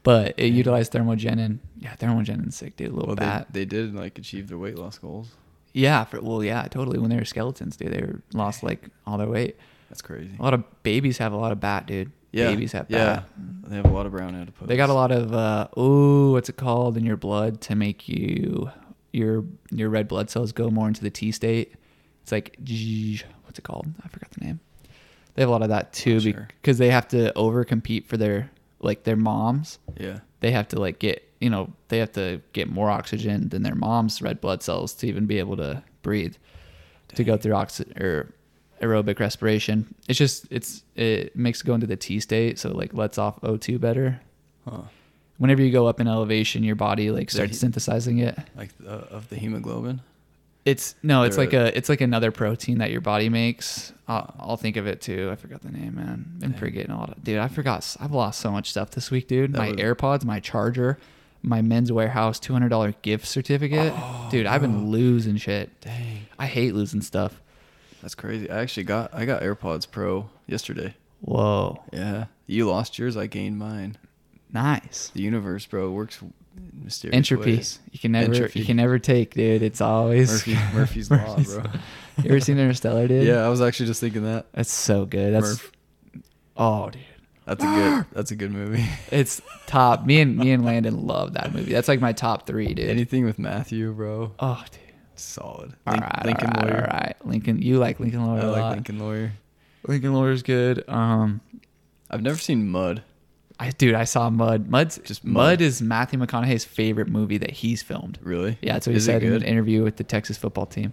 But it utilized thermogenin. Yeah, thermogenin's sick, dude. A little well, bat. they, they did like achieve their weight loss goals. yeah, for, well, yeah, totally. When they were skeletons, dude, they were lost like all their weight. That's crazy. A lot of babies have a lot of bat, dude. yeah. Babies have yeah. bat. They have a lot of brown adipose. They got a lot of uh ooh, what's it called in your blood to make you your your red blood cells go more into the T state. It's like zzz, what's it called? I forgot the name. They have a lot of that too Not because sure. they have to over compete for their like their moms. Yeah. They have to like get you know they have to get more oxygen than their mom's red blood cells to even be able to breathe to go through oxy- or aerobic respiration. It's just it's it makes it go into the T state, so it, like lets off O2 better Huh. whenever you go up in elevation, your body like starts heat- synthesizing it. Like the, of the hemoglobin. It's no, it's They're- like a it's like another protein that your body makes. I'll, I'll think of it too. I forgot the name, man. Been forgetting a lot, of, dude. I forgot. s- I've lost so much stuff this week, dude. That my was- AirPods, my charger, my Men's Warehouse two hundred dollar gift certificate, dude. I've been losing shit. Oh, Dang. I hate losing stuff. That's crazy. I actually got I got AirPods Pro yesterday. Whoa, Yeah. You lost yours. I gained mine. nice The universe, bro, works in mysterious entropy. ways. You can never Entropy. you can never take, dude. It's always Murphy, Murphy's law, Murphy's bro. Law. You ever seen Interstellar, dude? Yeah, I was actually just thinking that. That's so good. That's Murph. oh, dude. That's a good. That's a good movie. It's top. Me and me and Landon love that movie. That's like my top three, dude. Anything with Matthew, bro, oh, dude. solid. All Link- right, Lincoln all right, Lawyer. All right, Lincoln. You like Lincoln Lawyer I a like lot. Lincoln Lawyer. Lincoln Lawyer's good. Um, I've never seen Mud. I dude, I saw Mud. Mud's Just just Mud. Mud, is Matthew McConaughey's favorite movie that he's filmed. Really? Yeah, that's what he Is it said in good? an interview with the Texas football team.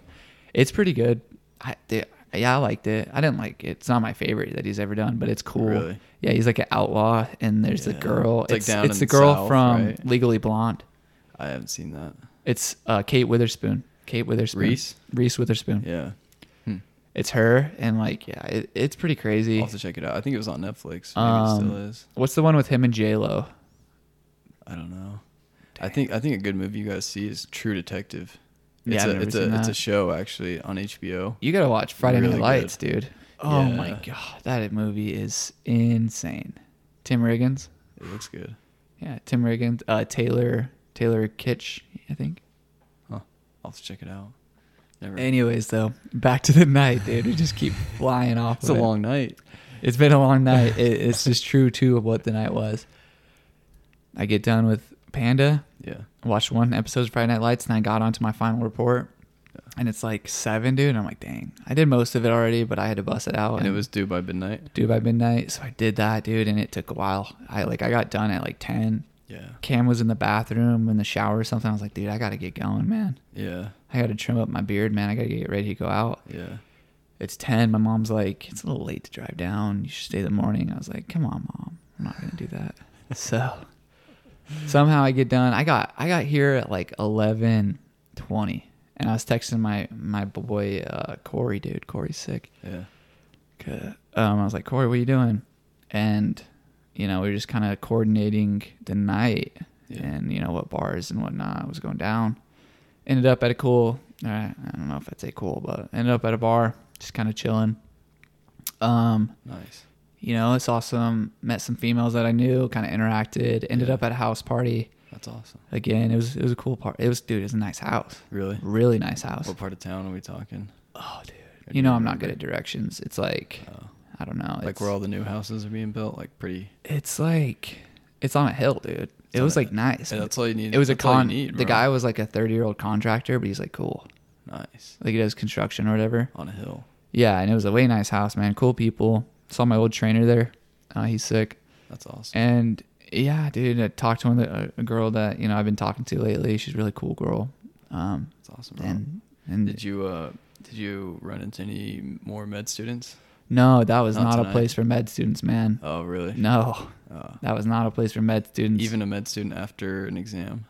It's pretty good. I dude, yeah, I liked it. I didn't like it. It's not my favorite that he's ever done, but it's cool. Really? Yeah, he's like an outlaw, and there's the Yeah. girl. It's like down it's in the the girl South, from right? Legally Blonde. I haven't seen that. It's uh, Kate Witherspoon. Kate Witherspoon. Reese? Reese Witherspoon. Yeah. It's her, and like, yeah, it, it's pretty crazy. I'll have to check it out. I think it was on Netflix. Maybe Um, it still is. What's the one with him and J Lo? I don't know. I think I think a good movie you guys see is True Detective. Yeah, It's I've a, never it's seen a it's a that. show actually on HBO. You gotta watch Friday Really Night Lights, dude. Oh Yeah. my god, that movie is insane. Tim Riggins. It looks good. Yeah, Tim Riggins. Uh, Taylor Taylor Kitsch, I think. Huh. I'll have to check it out. Never. Anyways, though, back to the night, dude. We just keep flying off. it's a of it. long night. It's been a long night. It, it's just true too of what the night was. I get done with Panda. Yeah. watched one episode of Friday Night Lights and I got onto my final report. And it's like seven, dude. And I'm like, dang, I did most of it already, but I had to bust it out. And it was due by midnight. due by midnight, so I did that, dude. And it took a while. I like I got done at like ten. Yeah. Cam was in the bathroom in the shower or something. I was like, dude, I gotta get going, man. Yeah. I gotta trim up my beard, man. I gotta get ready to go out. Yeah. It's ten. My mom's like, it's a little late to drive down. You should stay the morning. I was like, come on, mom. I'm not gonna do that. So somehow I get done. I got I got here at like eleven twenty, and I was texting my my boy uh, Corey, dude. Corey's sick. Yeah. 'Kay. Um, I was like, Corey, what are you doing? And you know, we were just kind of coordinating the night Yeah. and you know what bars and whatnot was going down. Ended up at a cool. Uh, I don't know if I'd say cool, but ended up at a bar, just kind of chilling. Um, Nice. You know, it's awesome. Met some females that I knew, kind of interacted. Ended Yeah. up at a house party That's awesome. again. It was it was a cool part. It was dude, it was a nice house. Really? Really nice house. What part of town are we talking? Oh, dude. do You know, you I'm not good remember? at directions. It's like, Oh. I don't know. It's, Like where all the new houses are being built? Like pretty. it's like, it's on a hill, dude. It on was a- like nice. Yeah, that's all you need. it was a that's all you con. need, the bro. guy was like a 30 year old contractor, but he's like cool. Nice. Like he does construction or whatever. On a hill. Yeah, and it was a way nice house, man. Cool people. Saw my old trainer there. Uh, he's sick. That's awesome. And yeah, dude, I talked to one of the, a- a girl that you know I've been talking to lately. She's a really cool girl. Um, That's awesome. Bro. and and Oh. did you uh did you run into any more med students? no, that was Not not, a tonight. place for med students, man. Oh really? No, Uh, that was not a place for med students. even a med student after an exam.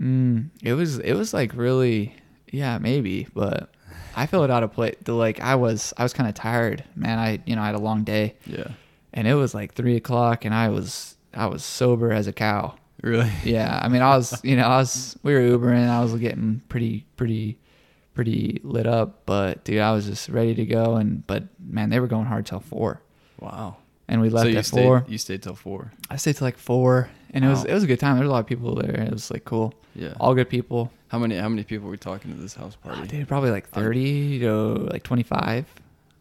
Mm, it was it was like really yeah maybe but I felt out of place. The like I was I was kind of tired man. I you know I had a long day Yeah. and it was like three o'clock and I was I was sober as a cow. Really? Yeah, I mean I was you know I was we were Ubering I was getting pretty pretty pretty lit up but dude I was just ready to go and but man they were going hard till four Wow. and we left so you at stayed, four. You stayed till four. I stayed till like four and it was Wow. it was a good time. There was a lot of people there. It was like cool. Yeah. All good people. how many how many people were we talking to this house Oh, party? dude, probably like I'm- 30 to like 25.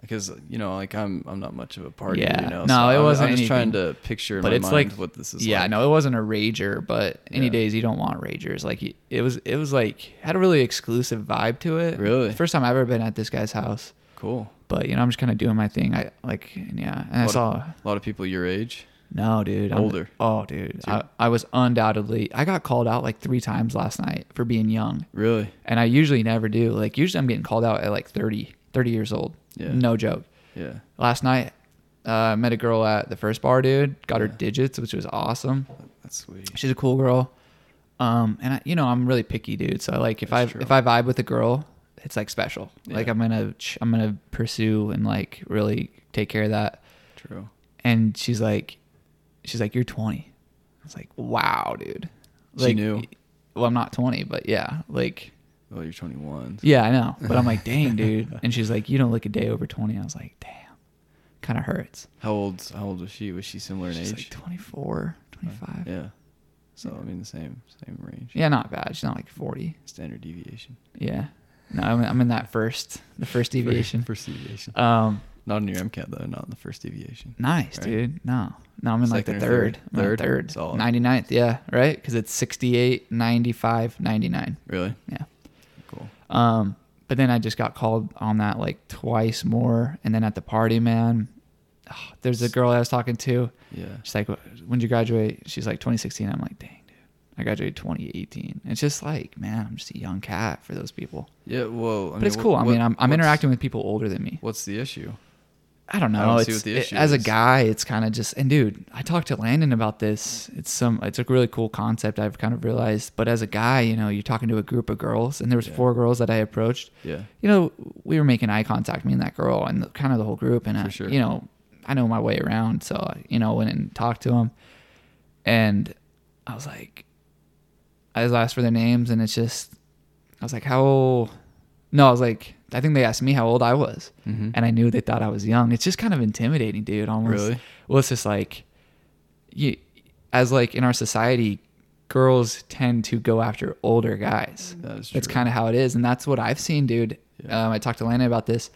Because you know, like I'm I'm not much of a party. Yeah. You know, No, so it I'm, wasn't I'm just trying anything. to picture in But my it's mind like- what this is. yeah, like. no, it wasn't a rager, but any Yeah. days you don't want ragers. Like y- it was, it was like had a really exclusive vibe to it. Really? first time I've ever been at this guy's house. Cool. But you know, I'm just kind of doing my thing. I like, and yeah, and I What- saw A lot of people your age. no, dude, I'm- Older. oh, dude, So I, you're- I was undoubtedly. I got called out like three times last night for being young, Really? and I usually never do. Like usually, I'm getting called out at like 30, 30 years old. Yeah. No joke. Yeah. last night uh, met a girl at the first bar dude got her Yeah. digits which was awesome That's sweet. she's a cool girl um and I, you know i'm really picky dude so like if That's i true. if i vibe with a girl it's like special like Yeah. i'm gonna ch- i'm gonna pursue and like really take care of that True. and she's like she's like you're 20 i was like wow dude She like, knew. well i'm not 20 but yeah like Well, you're 21. yeah, I know. But I'm like, dang, dude. And she's like, you don't look a day over 20. I was like, damn, kind of hurts. How old? How old was she? Was she similar in She's age? like uh, 24, 25. Yeah. yeah. So I mean, the same same range. not bad. She's not like 40. Standard deviation. Yeah. No, I'm, I'm in that first, the first deviation. First deviation. Um, not in your MCAT though. Not in the first deviation. nice, Right. dude. No, no, I'm in like the Second or third, third? I'm in the Third? third, Solid. 99th. Yeah. Right. Cause it's 68, 95, 99. Really? Yeah. Cool. Um, but then I just got called on that like twice more. And then at the party, man, ah, there's a girl I was talking to. Yeah. She's like, when'd you graduate? She's like, 2016. I'm like, dang, dude. I graduated 2018. It's just like, man, I'm just a young cat for those people. Yeah. Whoa. I But mean, it's wh- cool. I what- mean, I'm, I'm what's- interacting with people older than me. What's the issue? I don't know. I don't see it's, what the it- issue as a is. guy, it's kind of just. And dude, I talked to Landon about this. It's some. It's a really cool concept. I've kind of realized. But as a guy, you know, you're talking to a group of girls, and there was Yeah. four girls that I approached. Yeah. You know, we were making eye contact, me and that girl, and the, kind of the whole group. And I, For sure. you know, I know my way around, so I, you know, went and talked to them, and I was like, I just asked for their names, and it's just, I was like, how old? No, I was like, I think they asked me how old I was Mm-hmm. and I knew they thought I was young. It's just kind of intimidating, dude. Almost. Really? Well, it's just like, you, as like in our society, girls tend to go after older guys. That is That's true. kind of how it is, and that's what I've seen, dude. Yeah. Um, I talked to Lana about this.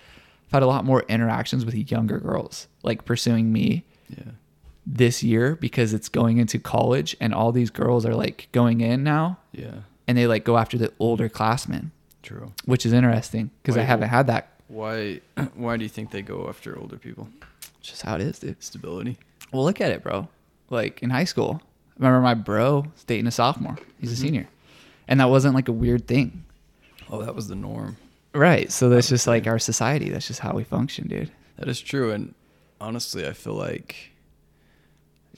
I've had a lot more interactions with younger girls, like pursuing me Yeah. this year because it's going into college, and all these girls are like going in now, Yeah. and they like go after the older classmen, True. which is interesting because I Wait, haven't had that. Why? Why do you think they go after older people? It's just how it is, dude. Stability. Well, look at it, bro. Like in high school, remember my bro was dating a sophomore. He's a senior, and that wasn't like a weird thing, Oh, that was the norm. right? So that's just like our society. That's just how we function, dude. That is true. And honestly, I feel like,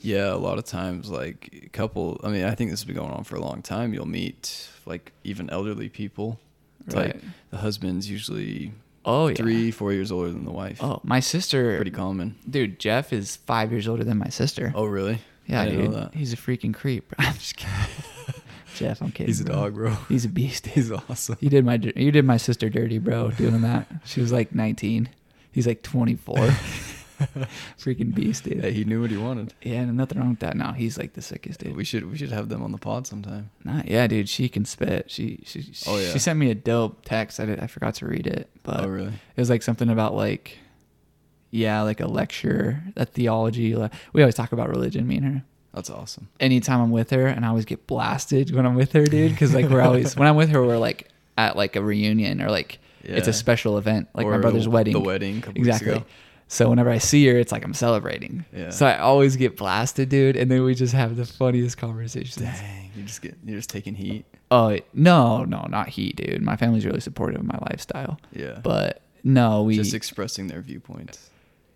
yeah, a lot of times, like a couple, I mean, I think this has been going on for a long time. You'll meet like even elderly people. It's Like Right. the husband's usually Oh yeah. three, four years older than the wife. Oh, my sister. Pretty common. Dude, Jeff is five years older than my sister. Oh, really? yeah, I dude. didn't know that. He's a freaking creep. I'm just kidding. Jeff, I'm kidding. He's a bro. dog, bro. He's a beast. He's awesome. You did my dir- you did my sister dirty, bro, doing that. She was like 19. He's like 24. Freaking beast, dude. Yeah, Yeah, he knew what he wanted. nothing wrong with that. No, he's like the sickest dude. We should we should have them on the pod sometime. Not yeah, dude. She can spit. She she Oh, yeah. she sent me a dope text. I did, I forgot to read it, but oh really? it was like something about like yeah, like a lecture, a theology. le- We always talk about religion, me and her. That's awesome. anytime I'm with her, and I always get blasted when I'm with her, dude. Because like we're always when I'm with her, we're like at like a reunion or like it's Yeah. a special event, like my Or brother's the- wedding. The wedding. a couple weeks exactly. ago. So whenever I see her, it's like I'm celebrating. Yeah. So I always get blasted, dude, and then we just have the funniest conversations. Dang, you're just getting you're just taking heat. Oh it- no, no, not he, dude. My family's really supportive of my lifestyle, Yeah. but no, we just expressing their viewpoints.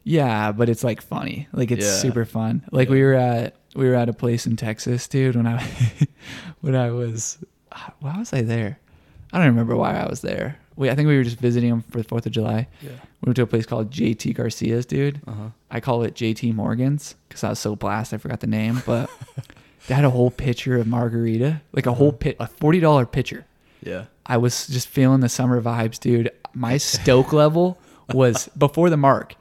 Yeah, but it's like funny. Like it's Yeah. super fun. Like we Yeah. were at we were at a place in Texas, dude. When I when I was why was I there? I don't remember why I was there. We I think we were just visiting them for the Fourth of July. Yeah. We went to a place called JT Garcia's, dude. Uh huh. I call it JT Morgan's because I was so blast I forgot the name. But they had a whole pitcher of margarita, like a Uh-huh. whole pit, a forty dollar pitcher. Yeah. I was just feeling the summer vibes, dude. My stoke level was before the mark.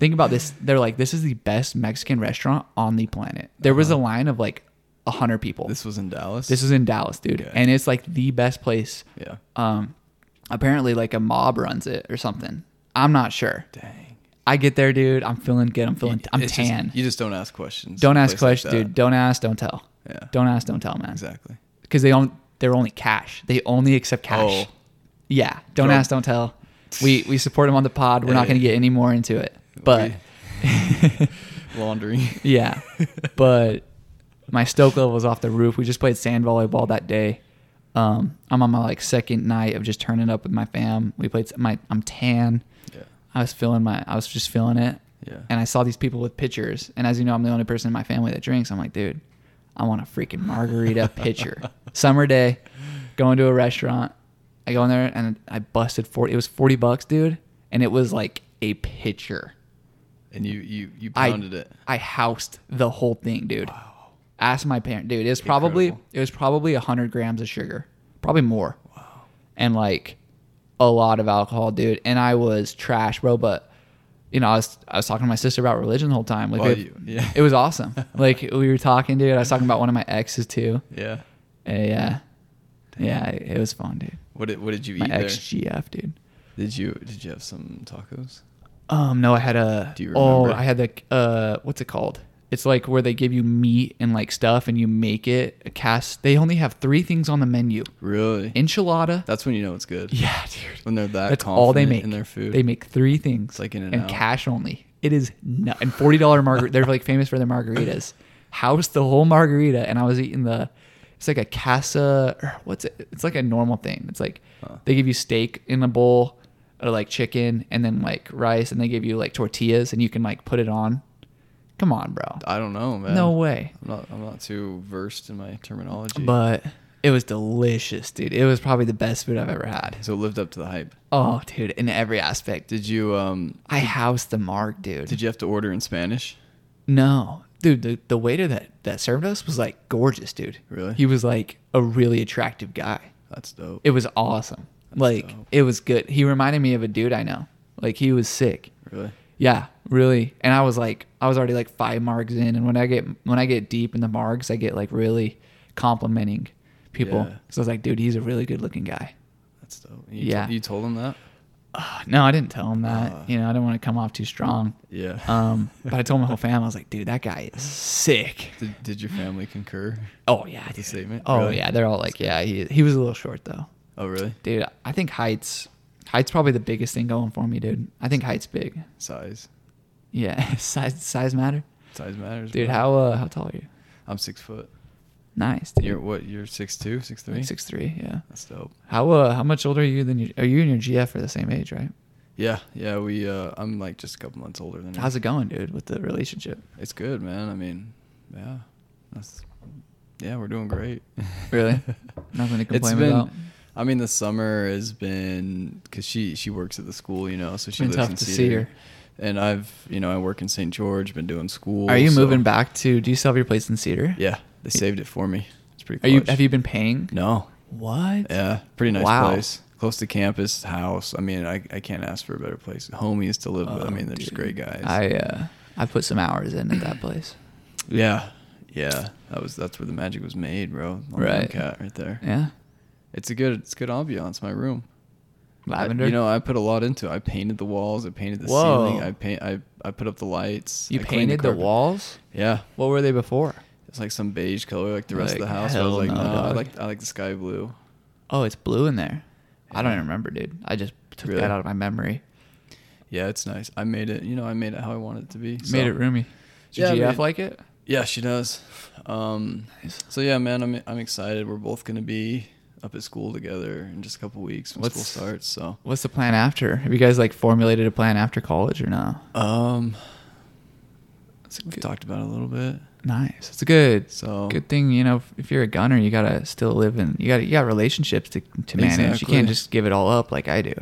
Think about this. They're like, this is the best Mexican restaurant on the planet. There was a line of like 100 people. This, Uh-huh. This was in Dallas. is in Dallas, dude. Okay. And it's like the best place. yeah. Um, apparently, like a mob runs it or something. I'm not sure. Dang. I get there, dude. I'm feeling good. I'm feeling, I'm It's just- tan. you just don't ask questions. don't in a ask place like questions, that. dude. Don't ask, don't tell. Yeah. Don't ask, don't tell, man. Exactly. Because they own, they're only cash. They only accept cash. Oh. Yeah. Don't Bro. ask, don't tell. We we support him on the pod. We're not Hey. going to get any more into it. But laundering. yeah. But my stoke level was off the roof. We just played sand volleyball that day. Um, I'm on my like second night of just turning up with my fam. We played s- my I'm tan. Yeah. I was feeling my I was just feeling it. Yeah. And I saw these people with pitchers, and as you know, I'm the only person in my family that drinks. I'm like, dude, I want a freaking margarita pitcher. Summer day, going to a restaurant. I go in there and I busted forty. It was forty bucks, dude, and it was like a pitcher. And you you you I pounded it. I housed the whole thing, dude. Ask my parent, dude. It was probably Incredible. it was probably hundred grams of sugar, probably more, and like a lot of alcohol, dude. And I was trash, bro. But you know, I was I was talking to my sister about religion the whole time. Like, Well, it, Oh, you- yeah. it was awesome. like we were talking, dude. I was talking about one of my exes too. Yeah. And yeah, yeah, it was fun, dude. What did what did you My eat there? ex GF, dude. Did you did you have some tacos? Um, no, I had a. Do you Oh, remember? I had the uh, what's it called? It's like where they give you meat and like stuff, and you make it a cast. They only have three things on the menu: Really? enchilada. That's when you know it's good. yeah, dude. When they're that That's all they confident make in their food. They make three things. like In-N-Out. and cash only. It is nut and forty dollar margarita. They're like famous for their margaritas. House the whole margarita, and I was eating the. It's like a casa. Or what's it? It's like a normal thing. It's like they give you steak in a bowl, or like chicken, and then like rice, and they give you like tortillas, and you can like put it on. Come on, bro. I don't know, man. No way. I'm not I'm not too versed in my terminology. But it was delicious, dude. It was probably the best food I've ever had. so it lived up to the hype. Oh, dude, in every aspect. Did you um I housed the marg, dude. did you have to order in Spanish? No, dude, the, the waiter that that served us was like gorgeous, dude. Really? He was like a really attractive guy. That's dope. It was awesome. like dope. it was good. He reminded me of a dude I know. Like he was sick. really? Yeah, really. And I was like, I was already like five margs in, and when I get when I get deep in the margs, I get like really complimenting people. Yeah. So I was like, dude, he's a really good looking guy. That's dope. You Yeah. you told him that? No, I didn't tell him that. Uh. you know, I didn't want to come off too strong. Yeah. Um, but I told my whole family, I was like, dude, that guy is sick. did, did your family concur? Oh yeah, the dude. statement? Oh Really? yeah, they're all like, yeah, he he was a little short though, Oh really? dude. I think heights, heights probably the biggest thing going for me, dude. I think heights big. Size. Yeah, size size matter, Size matters. dude. bro. How uh how tall are you? I'm six foot. Nice, dude. You're what? You're six two, six three. like six three. Yeah. That's dope. How uh how much older are you than you? Are you and your GF are the same age, right? Yeah, yeah. We uh, I'm like just a couple months older than. How's it going, dude, with the relationship? It's good, man. I mean, yeah, that's yeah. We're doing great. Really? Nothing to It's complain been. about. I mean, the summer has been because she she works at the school, you know, so she Been lives tough in to see Cedar. her. And I've you know I work in St. George, been doing school. Are you so- moving back to? Do you still have your place in Cedar? Yeah, they saved it for me. It's pretty. Are you? clutch. Have you been paying? No. What? Yeah, pretty nice Wow. place. close to campus, house. I mean, I, I can't ask for a better place. Homies to live with. I Oh, mean, they're just dude. great guys. I uh, I put some hours in at that place. yeah, yeah. That was that's where the magic was made, bro. Right. cat right there. Yeah, It's a good it's good ambiance. My room. I- lavender. you know, I put a lot into. it. I painted the walls. I painted the Whoa. ceiling. I paint. I I put up the lights. you I cleaned painted the, carpet. walls. Yeah, What were they before? it's like some beige color, like the rest of Like, the house. I was hell like, no, no, I dog. like I like the sky blue. Oh, it's blue in there. I don't Yeah. even remember, dude. I just took Really? that out of my memory. Yeah, it's nice. I made it. You know, I made it how I wanted it to be. so- Made it roomy. Yeah, I Did GF mean- like it? Yeah, she does. Um, Nice. so yeah, man, I'm I'm excited. We're both gonna be up at school together in just a couple weeks when school What's- starts. So, What's the plan after? Have you guys like formulated a plan after college or no? um, It's we talked about it a little bit. Nice. It's a good. So Good thing you know if you're a gunner, you gotta still live in. You got to you got relationships to to manage. You Exactly. can't just give it all up like I do.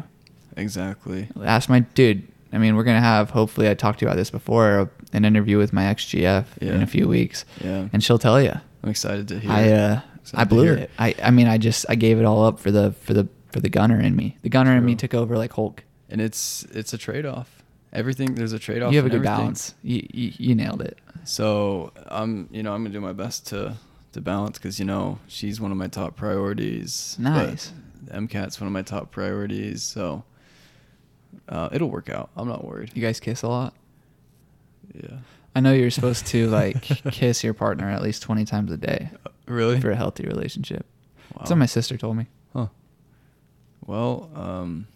exactly. Ask my dude. I mean, we're gonna have hopefully I talked to you about this before an interview with my ex GF in Yeah. a few weeks, Yeah, and she'll tell you. I'm excited to hear. I uh, Excited I to blew hear. it. I I mean I just I gave it all up for the for the for the gunner in me. The gunner in me True. took over like Hulk. and it's it's a trade off. Everything there's a trade off. You have a good balance. You, you you nailed it. So I'm, you know, I'm gonna do my best to to balance because you know she's one of my top priorities. but Nice. MCAT's one of my top priorities, so uh, it'll work out. I'm not worried. You guys kiss a lot. Yeah. I know you're supposed to like kiss your partner at least 20 times a day Really? for a healthy relationship. Wow. That's what my sister told me. Huh. Well, um,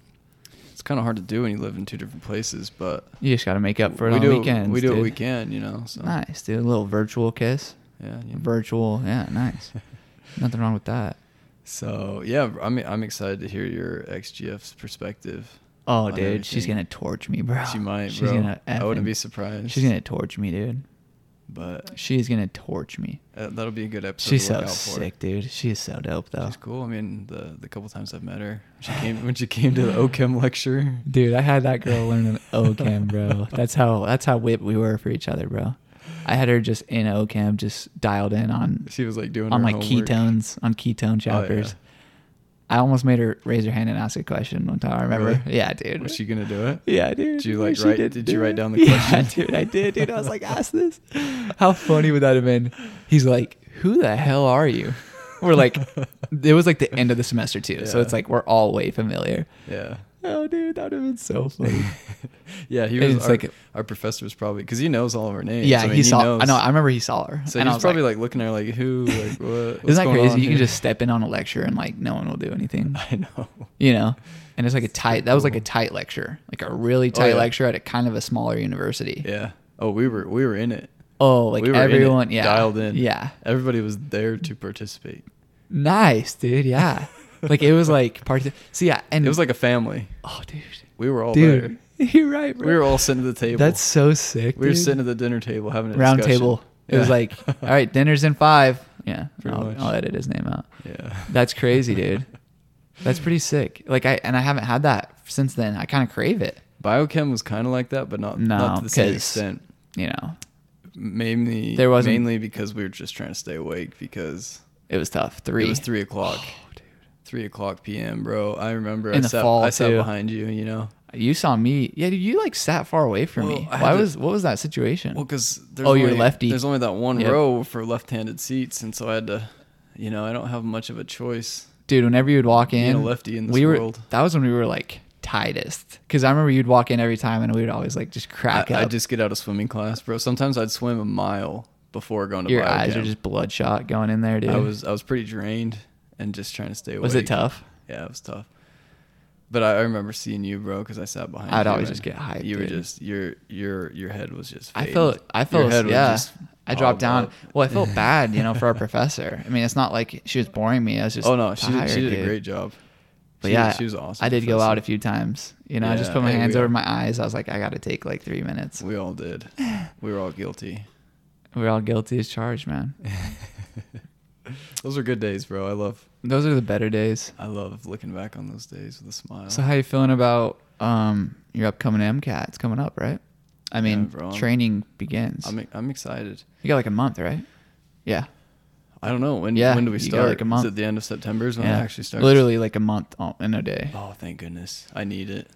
it's kind of hard to do when you live in two different places, but You just got to make up for it we on do weekends. we do dude. what we can, you know. So Nice, dude. A little virtual kiss. Yeah. you know. Virtual. Yeah, nice. Nothing wrong with that. So yeah, I'm I'm excited to hear your XGF's perspective. Oh, on dude, she's everything. gonna torch me, bro. She might, She's bro. Gonna I wouldn't effing- be surprised. She's gonna torch me, dude. But She's gonna torch me. uh, that'll be a good episode. She's to so look out for. sick, dude. She is so dope, though. She's cool. I mean, the the couple times I've met her, she came when she came to the OChem lecture. Dude, I had that girl learning OChem, bro. That's how that's how whipped we were for each other, bro. I had her just in OChem, just dialed in on She was like doing on her like homework. Oh, ketones, on ketone chapters. I almost made her raise her hand and ask a question one time. I remember. Really? Yeah, dude. Was she gonna do it? yeah, dude. Did you, like, She write- did you do write it. down the question? Yeah, dude, I did, dude. I was like, ask this. How funny would that have been? He's like, who the hell are you? We're like, it was like the end of the semester too, so Yeah. it's like we're all way familiar. Yeah. Oh, dude, that would have been so funny. Yeah, he And was it's our, like- our professor was probably because he knows all of our names. Yeah, I mean, he saw. knows. I know. I remember he saw her. So and I he's was probably like, looking at her like, who, like, what? what's "Isn't that going crazy? on You can here?" just step in on a lecture and like no one will do anything, I know. you know." And it's like a tight. That was like a cool. Oh, tight lecture, like a really tight yeah. lecture at a kind of a smaller university. Yeah. Oh, we were we were in it. Oh, like we were in it, everyone, yeah, dialed in. yeah. Everybody was there to participate. Nice, dude. Yeah, like it was like part. See, yeah, and It was like a family. oh, dude, We were all dude, you're right, bro. there. We were all sitting at the table. That's so sick. we were dude. sitting at the dinner table having a round discussion. table. It was Yeah. like, uh, all right, dinner's in five. Yeah, Pretty I'll, much. I'll edit his name out. yeah. That's crazy, dude. That's pretty sick. Like I and I haven't had that since then. I kind of crave it. Biochem was kind of like that, but not No, not to the same 'cause- extent. You know, Mainly, There wasn't- mainly because we were just trying to stay awake because it was tough. Three. Oh, it was three o'clock. Three o'clock p.m., bro. I remember I In the sat, fall, I sat too. behind you, you know. You saw me. Yeah, dude, you like sat far away from Well, me. I had Why to- was what was that situation? Well, because there's Oh, only, you're lefty. There's only that one Yep. row for left-handed seats, and so I had to, you know, I don't have much of a choice. dude, whenever you would walk in, a lefty in this we were, world. That was when we were like tightest. Because I remember you'd walk in every time and we would always like just I, crack I up. just get out of swimming class, bro. Sometimes I'd swim a mile before going to Your biochem. eyes are just bloodshot going in there, dude. I was I was pretty drained and just trying to stay awake. was it tough? Yeah, it was tough. But I, I remember seeing you, bro, because I sat behind. I'd you always and just get hyped, You were dude. just your your your head was just. I fading. felt I Your felt head was yeah. just I dropped bobbed down. up. Well, I felt bad, you know, for our professor. I mean, it's not like she was boring me. I was just Oh no, she, tired, she did a dude. great job. But she, yeah, she was awesome. I did go professor. out a few times. You know, I just Yeah, put my hey, hands we over all- my eyes. I was like, I got to take like three minutes. We all did. We were all guilty. We're all guilty as charged, man. Those were good days, bro. I love Those are the better days. I love looking back on those days with a smile. So, how you feeling about um your upcoming MCAT? It's coming up, right? I mean, bro, I'm- training begins. I'm I'm excited. you got like a month, right? Yeah. I don't know when. Yeah, when do we you got, start? like, a month. Is it the end of September? Is when yeah, it actually starts. Literally like a month on- in a day. Oh, thank goodness. I need it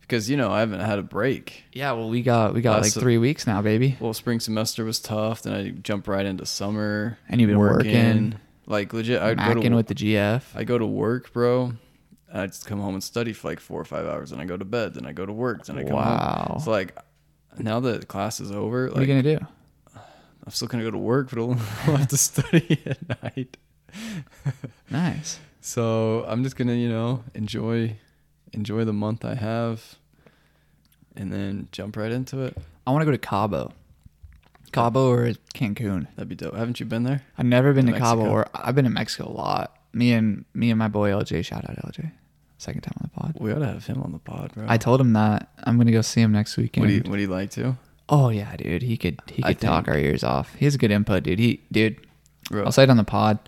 because you know I haven't had a break. Yeah, well, we got we got Uh, like so- three weeks now, baby. Well, spring semester was tough. Then I jumped right into summer. And you've been working, like legit. I'd go Macking to with the GF. I go to work, bro. and I just come home and study for like four or five hours, and I go to bed, then I go to work, then I come home. Wow. It's like now that class is over, what are you like gonna do? I'm still gonna go to work, but I'll, I'll have to study at night. Nice. So I'm just gonna, you know, enjoy enjoy the month I have, and then jump right into it. I want to go to Cabo, Cabo or Cancun. That'd be dope. Haven't you been there? I've never been To to Cabo, Mexico. or I've been to Mexico a lot. Me and me and my boy LJ. Shout out LJ. Second time on the pod. We ought to have him on the pod, bro. I told him that I'm gonna go see him next weekend. would he Would he like to? Oh yeah, dude. He could he I could talk our ears off. He has good input, dude. He dude. Bro. I'll say it on the pod.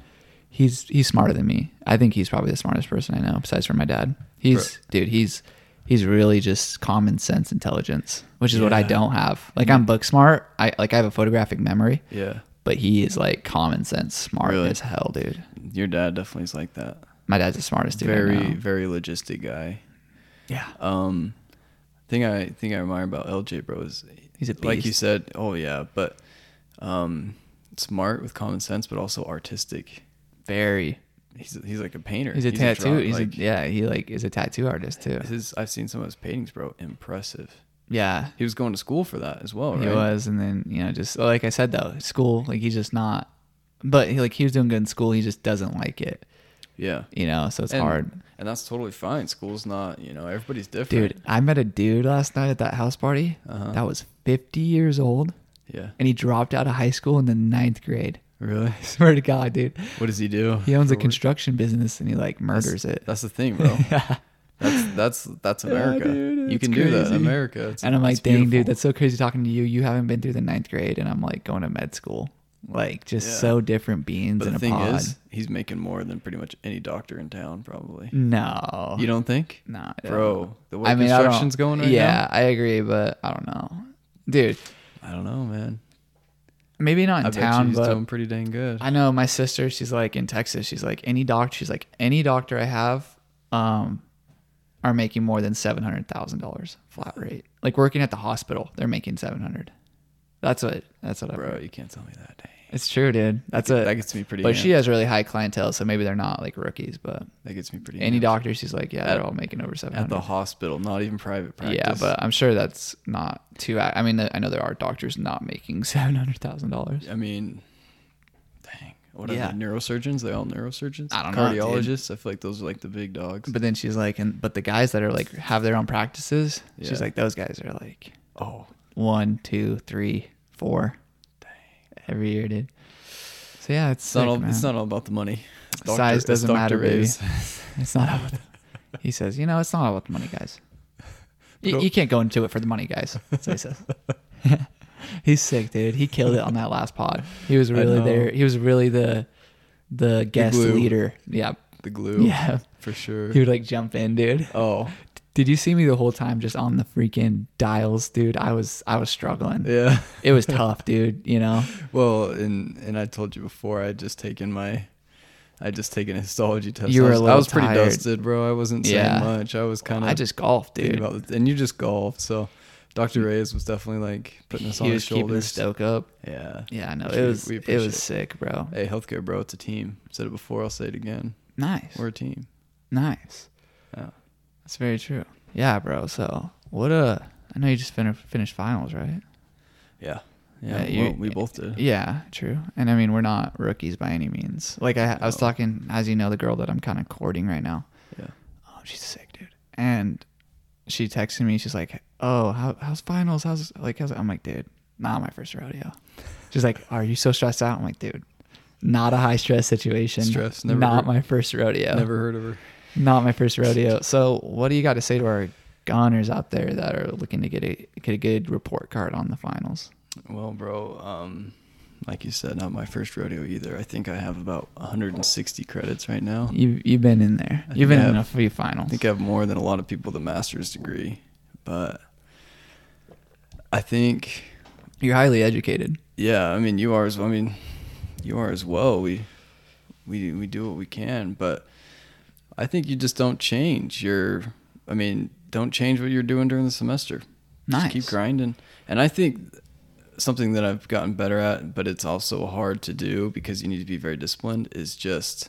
He's he's smarter than me. I think he's probably the smartest person I know, besides from my dad. He's dude. He's he's really just common sense intelligence, which is what I Yeah. don't have. Like I'm book smart. I like I have a photographic memory, Yeah, but he is like common sense smart Really? as hell, dude. your dad definitely is like that. My dad's the smartest dude. I very know. very logistic guy. yeah. Um, thing I think I admire about LJ, bro, is He's a like you beast. said. Oh yeah, but um, smart with common sense, but also artistic. Very. He's he's like a painter. He's a tattoo. draw- he's like, a, yeah. He like is a tattoo artist too. his. I've seen some of his paintings, bro. Impressive. Yeah. He was going to school for that as well, right? He was, and then you know, just like I said though, school, like he's just not. But he, like he was doing good in school, he just doesn't like it, Yeah, you know. So it's and, hard, and that's totally fine. School's not, you know, everybody's different. dude. I met a dude last night at that house party Uh-huh. that was 50 years old, Yeah. and he dropped out of high school in the ninth grade. Really? Swear to God, dude. What does he do? He owns a construction business, and he like murders it. That's the thing, bro. That's that's that's America. dude, you it's can do that in crazy. America. It's- and I'm like, it's dang, dude, beautiful. that's so crazy talking to you. You haven't been through the ninth grade, and I'm like going to med school. Like just Yeah. so different beans But in the a thing pod. is, he's making more than pretty much any doctor in town, probably. no, You don't think, No, I don't. bro? The way I mean, I don't- construction's going right Yeah, I agree, but I don't know, dude. now. I don't know, man. Maybe not in I bet you town, he's but doing pretty dang good. I know my sister. She's like in Texas. She's like any doctor. She's like any doctor I have, um, are making more than seven hundred thousand dollars flat rate. Like working at the hospital, they're making seven hundred. That's what. That's what. I. bro, you can't tell me that. Dang. It's true, dude. That's a. That gets me pretty. but amped. she has really high clientele, so maybe they're not like rookies. But that gets me pretty. any amped. doctor, she's like, yeah, they're all making over seven at hundred. the hospital, not even private practice. Yeah, but I'm sure that's not too. I I mean, I know there are doctors not making seven hundred thousand dollars. I mean, dang. What Yeah. are they? Neurosurgeons? They all neurosurgeons? I don't know, dude. Cardiologists? I feel like those are like the big dogs. But then she's like, and but the guys that are like have their own practices, Yeah. she's like, those guys are like oh, one, two, three, four, every year, dude. So yeah, it's it's not all. sick, It's man. not all about the money. It's Size it's doesn't matter, Dr. Ray's. It's not. all about the- he says, you know, it's not all about the money, guys. You, Nope. you can't go into it for the money, guys. That's what he says. He's sick, dude. He killed it on that last pod. He was I really know. there. He was really the the guest glue. leader. Yeah, the glue. yeah. for sure. He would like jump in, dude. oh, Did you see me the whole time just on the freaking dials, dude? I was I was struggling. yeah. It was tough, dude. You know, Well, and and I told you before, I had just taken my, I had just taken a histology test. You were I a was, I little was pretty tired. dusted, bro. I wasn't saying Yeah. much. I was kind of I just golfed, thinking dude. about it. And you just golfed, so Dr. Reyes was definitely like putting us on he was his keeping the shoulders. stoke up. yeah. Yeah, no, Which it we- was we it appreciate. was sick, bro. Hey, healthcare, bro, it's a team. Said it before, I'll say it again. Nice, We're a team. nice. Yeah. That's very true. Yeah, bro. So what a I know you just fin- finished finals, right? Yeah. Yeah, Yeah. you- well, we both did. Yeah, true. And I mean, we're not rookies by any means. Like I, I was No. talking, as you know, the girl that I'm kind of courting right now. Yeah. Oh, she's sick, dude. And she texted me. She's like, "Oh, how, how's finals? How's like?" How's, I'm like, "Dude, not my first rodeo." She's like, "Are you so stressed out?" I'm like, "Dude, not a high stress situation. Stress never not hurt- my first rodeo. Never heard of her. Not my first rodeo." So, what do you got to say to our goners out there that are looking to get a get a good report card on the finals? Well, bro, um, like you said, not my first rodeo either. I think I have about 160 credits right now. You you've been in there. You've think been I in a have. few finals. I think I have more than a lot of people with a master's degree, but I think, You're highly educated. yeah, I mean, you are as I mean, you are as well. We we we do what we can, but I think you just don't change your. I mean, don't change what you're doing during the semester. Nice. Just keep grinding. And I think something that I've gotten better at, but it's also hard to do because you need to be very disciplined, is just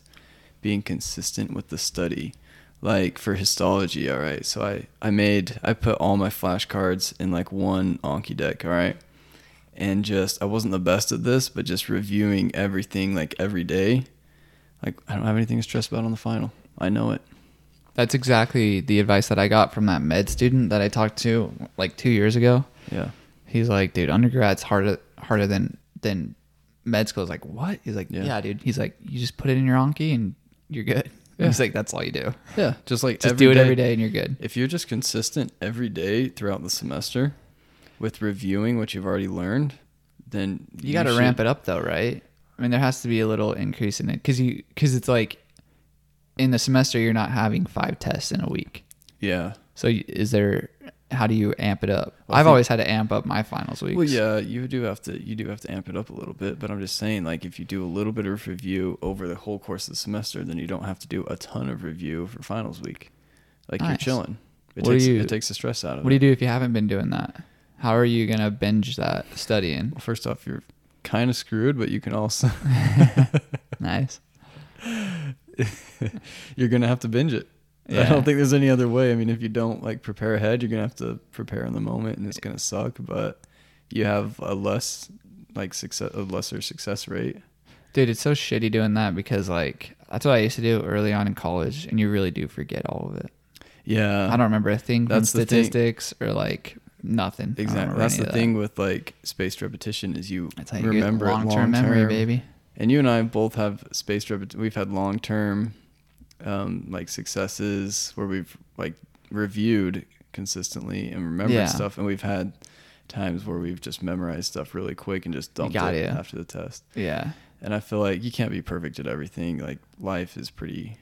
being consistent with the study. Like for histology, all right. So I, I made, I put all my flashcards in like one Anki deck, all right. And just, I wasn't the best at this, but just reviewing everything like every day. Like, I don't have anything to stress about on the final. I know it. That's exactly the advice that I got from that med student that I talked to like two years ago. Yeah. He's like, dude, undergrad's harder harder than than med school. I was like, what? He's like, yeah, Yeah. dude. He's like, you just put it in your Anki and you're good. He's like, that's all you do. Yeah. Just like, Just do it every day and you're good. if you're just consistent every day throughout the semester with reviewing what you've already learned, then You, got to ramp it up though, right? I mean, there has to be a little increase in it because you because it's like in the semester you're not having five tests in a week. Yeah. So y- is there? How do you amp it up? I I've think- always had to amp up my finals weeks. Well, yeah, you do have to you do have to amp it up a little bit, but I'm just saying like if you do a little bit of review over the whole course of the semester, then you don't have to do a ton of review for finals week. Like you're Nice. chilling. It What do takes you- it takes the stress out of What it. do you do if you haven't been doing that? How are you gonna binge that studying? Well, First off, you're kind of screwed, but you can also Nice. you're gonna have to binge it. I Yeah. don't think there's any other way. I mean, if you don't like prepare ahead, you're gonna have to prepare in the moment, and it's gonna suck. But you have a less like success, a lesser success rate. Dude, it's so shitty doing that because like that's what I used to do early on in college, and you really do forget all of it. Yeah, I don't remember a thing from Uh, That's the thing. statistics or like nothing. I don't exactly. remember That's any the of that. thing with like spaced repetition is you That's how you remember get long long-term term memory, baby. And you and I both have spaced repetition. We've had long term um, like successes where we've like reviewed consistently and remembered Yeah. stuff, and we've had times where we've just memorized stuff really quick and just dumped got it it. after the test. Yeah, And I feel like you can't be perfect at everything. Like life is pretty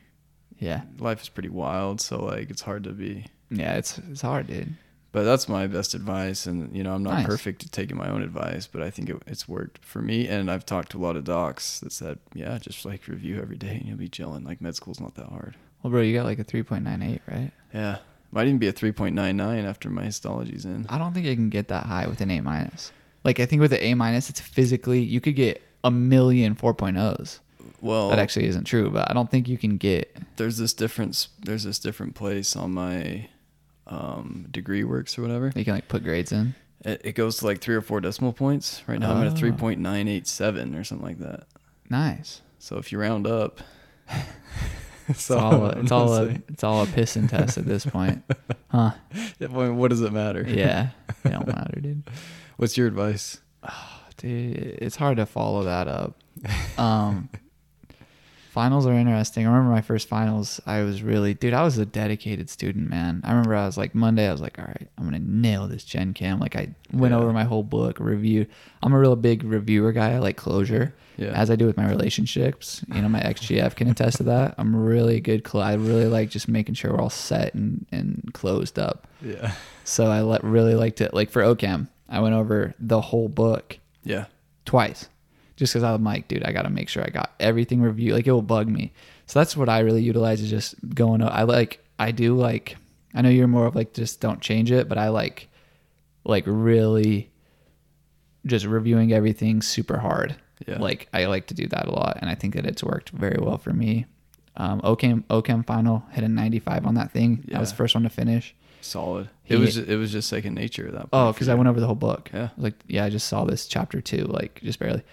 yeah, life is pretty wild, so like it's hard to be. yeah. It's it's hard, dude. But that's my best advice and you know, I'm not Nice. perfect at taking my own advice, but I think it, it's worked for me and I've talked to a lot of docs that said, yeah, just like review every day and you'll be chilling. Like med school's not that hard. Well, bro, you got like a three point nine eight, right? Yeah. Might even be a 3.99 after my histology's in. I don't think it can get that high with an A minus. Like I think with an A minus, it's physically you could get a million 4.0s. Well, That actually isn't true, but I don't think you can get. there's this difference there's this different place on my um, degree works or whatever. You can like put grades in. It, it goes to like three or four decimal points. Right now, I'm at Oh. a three point nine eight seven or something like that. Nice. So if you round up, It's all a, I'm it's all not a, saying- it's all a piston test at this point, huh? Yeah, boy, what does it matter? Yeah, it don't matter, dude. What's your advice? Dude, it's hard to follow that up. Um, finals are interesting. I remember my first finals. I was really, dude, I was a dedicated student, man. I remember I was like Monday. I was like, all right, I'm gonna nail this Gen Chem. Like I went Yeah. over my whole book, reviewed. I'm a real big reviewer guy. I like closure. Yeah. As I do with my relationships, you know, my XGF can attest to that. I'm really good. Cl- I really like just making sure we're all set and and closed up. Yeah. So I le- really liked it. Like for OChem, I went over the whole book Yeah. twice just because i'm like dude i gotta make sure i got everything reviewed like it will bug me so that's what i really utilize is just going o- i like i do like i know you're more of like just don't change it but i like like really just reviewing everything super hard Yeah. like i like to do that a lot and i think that it's worked very well for me um ochem ochem final hit a 95 on that thing i was Yeah. the first one to finish Solid. He- it was. Just, it was just second nature at that. Point Oh, for because I you. went over the whole book. Yeah. I was Like, yeah, I just saw this chapter two, like just barely.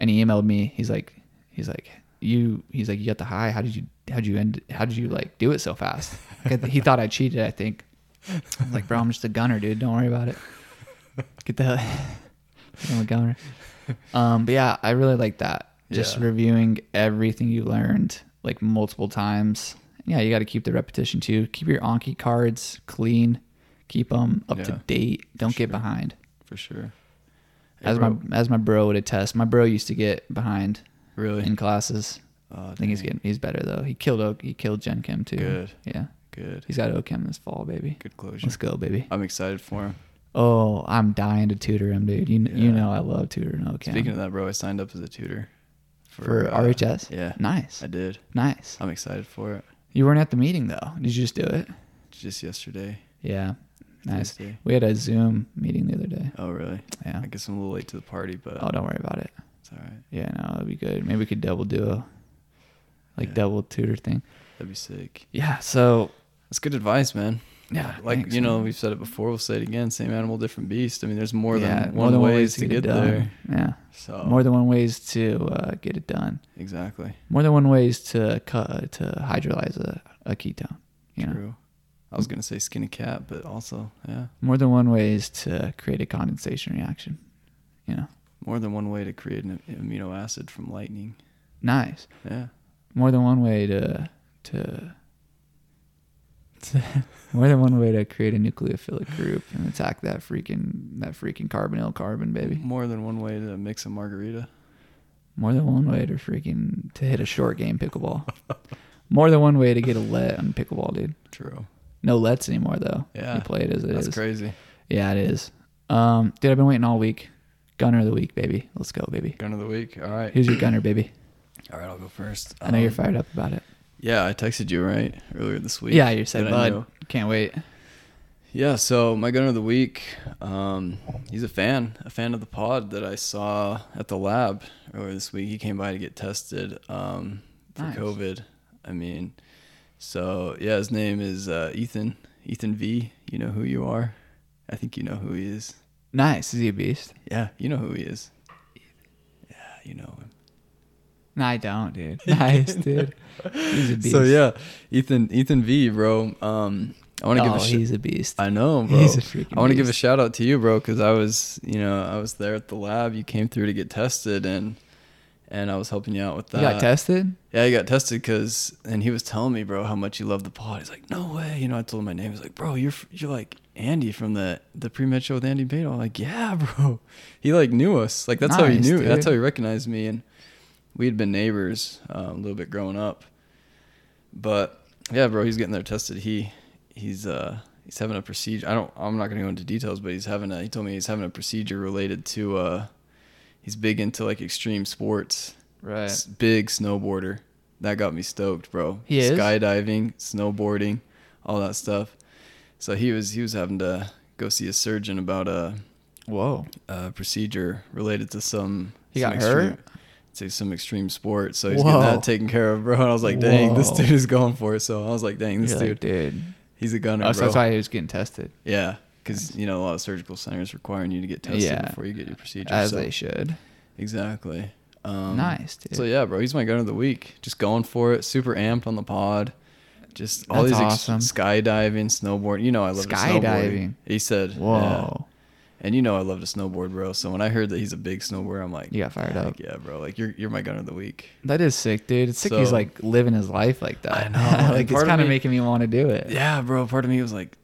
And he emailed me. He's like, he's like, you. He's like, you got the high. How did you? How did you end? How did you like do it so fast? Like, I- he thought I cheated. I think. I'm like, bro, I'm just a gunner, dude. Don't worry about it. Get the. hell- I'm a gunner. Um, but yeah, I really like that. Just Yeah. reviewing everything you learned like multiple times. Yeah, you got to keep the repetition too. Keep your Anki cards clean. Keep them up Yeah. to date. Don't get sure. behind. for sure. Hey, As bro, my as my bro would attest, my bro used to get behind really. in classes. Oh, I think he's getting he's better though. He killed Oak, he killed Gen Chem too. Good. Yeah, good. he's got Ochem this fall, baby. Good closure. Let's go, baby. I'm excited for him. Oh, I'm dying to tutor him, dude. You kn- you Yeah. know I love tutoring Ochem. Speaking of that, bro, I signed up as a tutor for, uh, RHS. yeah. Nice. I did. Nice. I'm excited for it. You weren't at the meeting though. Did you just do it? Just yesterday. Yeah. Nice. Tuesday. We had a Zoom meeting the other day. Oh really? Yeah. I guess I'm a little late to the party, but Oh, don't worry about it. it's all right. Yeah, no, that'd be good. Maybe we could double do a like Yeah. double tutor thing. That'd be sick. Yeah. So That's good advice, man. yeah, Like thanks, you know, man. we've said it before. We'll say it again. Same animal, different beast. I mean, there's more Yeah, than one than ways, ways to it get done. there. Oh. Yeah. So More than one ways to uh, get it done. exactly. More than one ways to cut to hydrolyze a, a ketone. You know, True. I was gonna say skin a cat, but also yeah, more than one ways to create a condensation reaction. You know, more than one way to create an amino acid from lightning. nice. Yeah. More than one way to to. to- More than one way to create a nucleophilic group and attack that freaking that freaking carbonyl carbon, baby. More than one way to mix a margarita. More than one way to freaking to hit a short game pickleball. More than one way to get a let on pickleball, dude. True. No lets anymore though. Yeah. You play it as it is. That's crazy. Yeah, it is. Um, dude, I've been waiting all week. Gunner of the week, baby. Let's go, baby. Gun of the week. All right. Who's your gunner, baby? All right, I'll go first. I know you're Um, fired up about it. Yeah, I texted you right earlier this week. yeah, you said that I bud. knew. Can't wait. Yeah, so my gunner of the week, um, he's a fan, a fan of the pod that I saw at the lab earlier this week. He came by to get tested um, for Nice. COVID. I mean, so yeah, his name is uh, Ethan, Ethan V. You know who you are. I think you know who he is. Nice. Is he a beast? Yeah, you know who he is. Yeah, you know him. No, I don't, dude. Nice, dude. He's a beast. So yeah, Ethan, Ethan V, bro. Um, I want to oh, give a sh- he's a beast. I know, bro. He's a freaking I want to give a beast. shout out to you, bro, because I was, you know, I was there at the lab. You came through to get tested, and and I was helping you out with that. you got tested? yeah, you got tested because, and he was telling me, bro, how much you love the pod. He's like, no way, you know. I told him my name. He's like, bro, you're you're like Andy from the the pre med show with Andy Bain. I'm like, yeah, bro. He like knew us. Like that's how he Nice, knew. dude. That's how he recognized me, and we had been neighbors um, a little bit growing up. But yeah, bro, he's getting there tested. He he's uh he's having a procedure. I don't. I'm not gonna go into details, but he's having a. He told me he's having a procedure related to. uh He's big into like extreme sports. S- Big snowboarder. That got me stoked, bro. He is? Skydiving, snowboarding, all that stuff. So he was he was having to go see a surgeon about a, Whoa. a procedure related to some. He some got extreme, hurt? To some extreme sport. So he's Whoa. getting that taken care of, bro. And I was like, dang, this Whoa. dude is going for it. So I was like, dang, this You're dude, like, dude. he's a gunner, Oh, so bro. that's why he was getting tested. Yeah, because you know a lot of surgical centers requiring you to get tested Yeah. before you get your procedure. As so- they should. Exactly. Um, nice, dude. So yeah, bro, he's my gun of the week. Just going for it. Super amped on the pod. Just all That's these ex- awesome. skydiving, snowboard. You know I love to snowboard. Skydiving. He said, "Yeah." Whoa. And you know I love to snowboard, bro. So when I heard that he's a big snowboarder, I'm like, You got fired "Heck up. yeah, bro. Like you're you're my gun of the week. That is sick, dude. It's sick he's So- like living his life like that. I know, and like it's part of kind of me- making me want to do it. Yeah, bro. Part of me was like,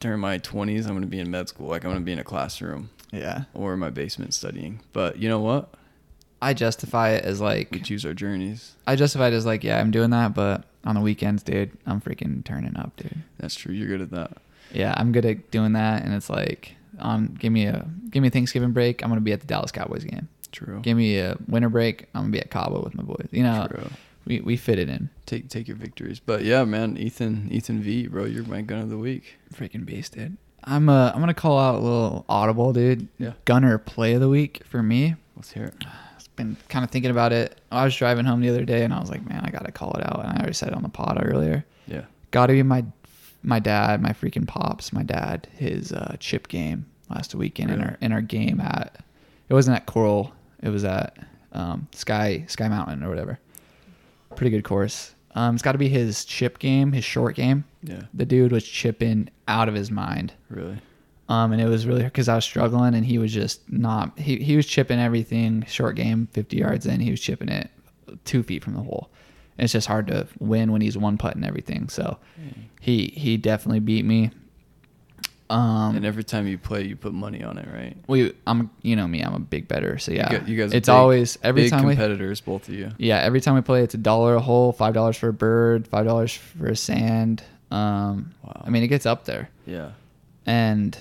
during my 20s, I'm gonna be in med school. Like I'm gonna be in a classroom Yeah. or in my basement studying. But you know what? I justify it as We like choose our journeys. I justify it as like yeah, I'm doing that, but on the weekends, dude, I'm freaking turning up, dude. That's true. You're good at that. Yeah, I'm good at doing that, and it's like um, give me a give me a Thanksgiving break. I'm gonna be at the Dallas Cowboys game. True. Give me a winter break. I'm gonna be at Cabo with my boys. You know, True. we we fit it in. take take your victories. But yeah, man, Ethan Ethan V, bro, you're my gun of the week. Freaking beast, dude. I'm uh, I'm gonna call out a little audible, dude. Yeah. Gunner play of the week for me. Let's hear it. been kind of thinking about it. I was driving home the other day and I was like, man, I gotta call it out. And I already said it on the pod earlier. Yeah. Gotta be my my dad, my freaking pops, my dad, his uh, chip game last weekend in Really? our in our game at it wasn't at Coral, it was at um, Sky Sky Mountain or whatever. Pretty good course. Um, it's got to be his chip game, his short game. Yeah. The dude was chipping out of his mind. Really? Um, and it was really because I was struggling, and he was just not. He he was chipping everything short game, fifty yards in. He was chipping it two feet from the hole. And it's just hard to win when he's one putt and everything. So he he definitely beat me. Um, And every time you play, you put money on it, right? we I'm you know me, I'm a big better. So yeah, You, gu- you guys. are Ah, it's big- always every big time we competitors, both of you. yeah every time we play, it's a dollar a hole, five dollars for a bird, five dollars for a sand. Um, Wow. I mean it gets up there Yeah. and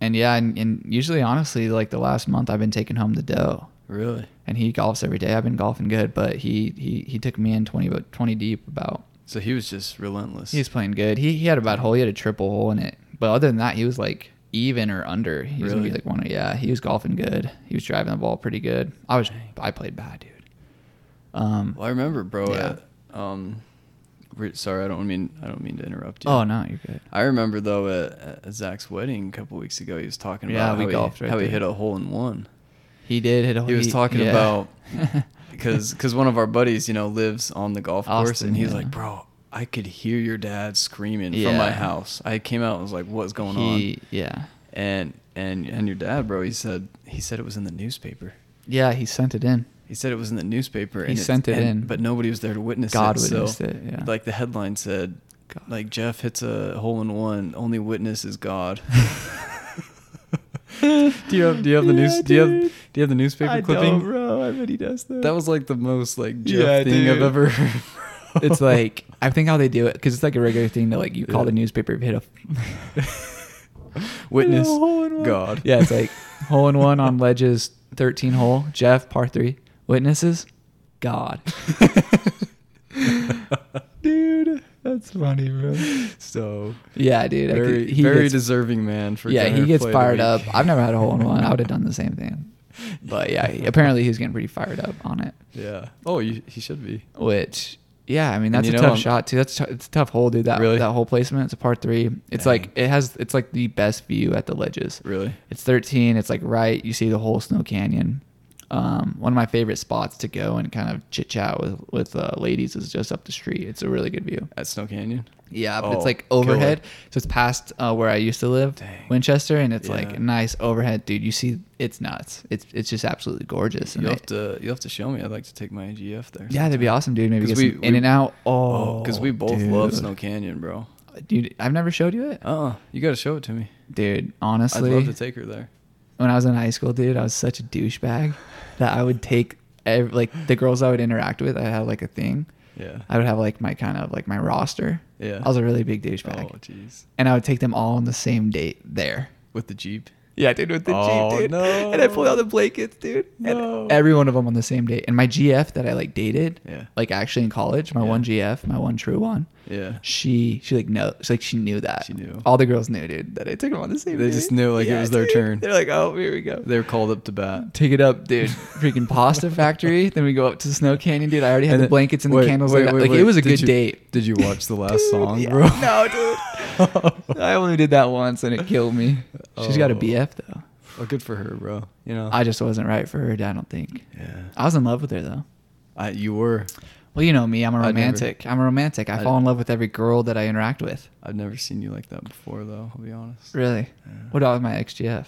and yeah and, and usually honestly like the last month i've been taking home the dough Really? and he golfs every day. I've been golfing good, but he he, he took me in 20, about 20 deep about. So he was just relentless. He was playing good. He he had about hole. He had a triple hole in it, but other than that, he was like even or under. He was gonna be Really? like one. of- Yeah, he was golfing good. He was driving the ball pretty good. I was I played bad, dude. Um. Well, I remember, bro. Yeah. At, um, re- sorry, I don't mean I don't mean to interrupt you. Oh no, you're good. I remember though at, at Zach's wedding a couple weeks ago, he was talking Yeah, about we how, golfed he, right how he there. hit a hole in one. He did hit a. He was he- talking yeah. about because because one of our buddies, you know, lives on the golf course, Austin, and he's yeah. like, bro, I could hear your dad screaming Yeah. from my house. I came out and was like, what's going he, on? Yeah. And and and your dad, bro, he said he said it was in the newspaper. Yeah, he sent it in. He said it was in the newspaper. He and it's- sent it and- in. but nobody was there to witness God it. so, witnessed it, yeah. Like the headline said, God. like Jeff hits a hole in one. Only witness is God. do you have Do you have the Yeah, news? Do you have dude. Do you have the newspaper clipping? bro. I bet he does That was like the most like Jeff Yeah, thing I've dude. ever. heard. it's like I think how they do it because it's like a regular thing to like you call the newspaper if you hit a witness Hit a hole in one. God. Yeah, it's like hole in one on ledges, thirteen hole. Jeff par three. Witnesses, God. dude, that's funny, bro. so Yeah, dude. I could- very very gets- deserving man for yeah, Gunner he gets Play of the fired Week. up. I've never had a hole in one. I would have done the same thing. But yeah, he- apparently he's getting pretty fired up on it. Yeah. Oh, you, he should be. Which, yeah, I mean that's you a know, tough I'm- shot too. That's t- it's a tough hole, dude. That Really? that whole placement. It's a par three. It's Dang. like it has. It's like the best view at the ledges. Really. It's 13. It's like right. You see the whole snow canyon. Um, one of my favorite spots to go and kind of chit chat with with uh, ladies is just up the street. It's a really good view. At Snow Canyon. Yeah, but Oh, it's like killer. overhead, so it's past uh, where I used to live, Dang. Winchester, and it's like a Yeah. nice overhead, dude. You see, it's nuts. It's it's just absolutely gorgeous. And You'll I- have to you'll have to show me. I'd like to take my AGF there. yeah, that'd be awesome, dude. Maybe 'Cause get we- some we- in and out. Oh, Oh, because we both love dude. Snow Canyon, bro. Dude, I've never showed you it, Uh, uh you got to show it to me. dude. I'd Honestly, love to take her there. when I was in high school, dude, I was such a douchebag that I would take ev like the girls I would interact with. I had like a thing. Yeah. I would have like my kind of like my roster. Yeah. I was a really big oh, douchebag, jeez. and I would take them all on the same date there. With the Jeep. Yeah, dude, with the Oh, Jeep, dude. no. And I pulled out the blankets, dude. No. And every one of them on the same date. And my GF that I like dated, Yeah. like actually in college, my Yeah. one GF, my one true one. Yeah. She she like no, she like she knew that. She knew. All the girls knew, dude, that I took them on the same. They date. just knew, like, it was their dude. turn. They're like, oh, here we go. They were called up to bat. Take it up, dude. Freaking pasta factory. Then we go up to the snow canyon, dude. I already had And the then- blankets and wait, the candles. wait, like wait, like wait. it was a Did good you- date. Did you watch the last Dude, song, yeah. bro? No, dude. I only did that once and it killed me. She's got a Oh. BF though. Well, good for her, bro. You know. I just wasn't right for her. I don't think. yeah. I was in love with her though. I, you were. Well, you know me. I'm a I never- romantic. I'm a romantic. I, I- fall in love with every girl that I interact with. I've never seen you like that before, though. I'll be honest. Really. What about with my ex GF?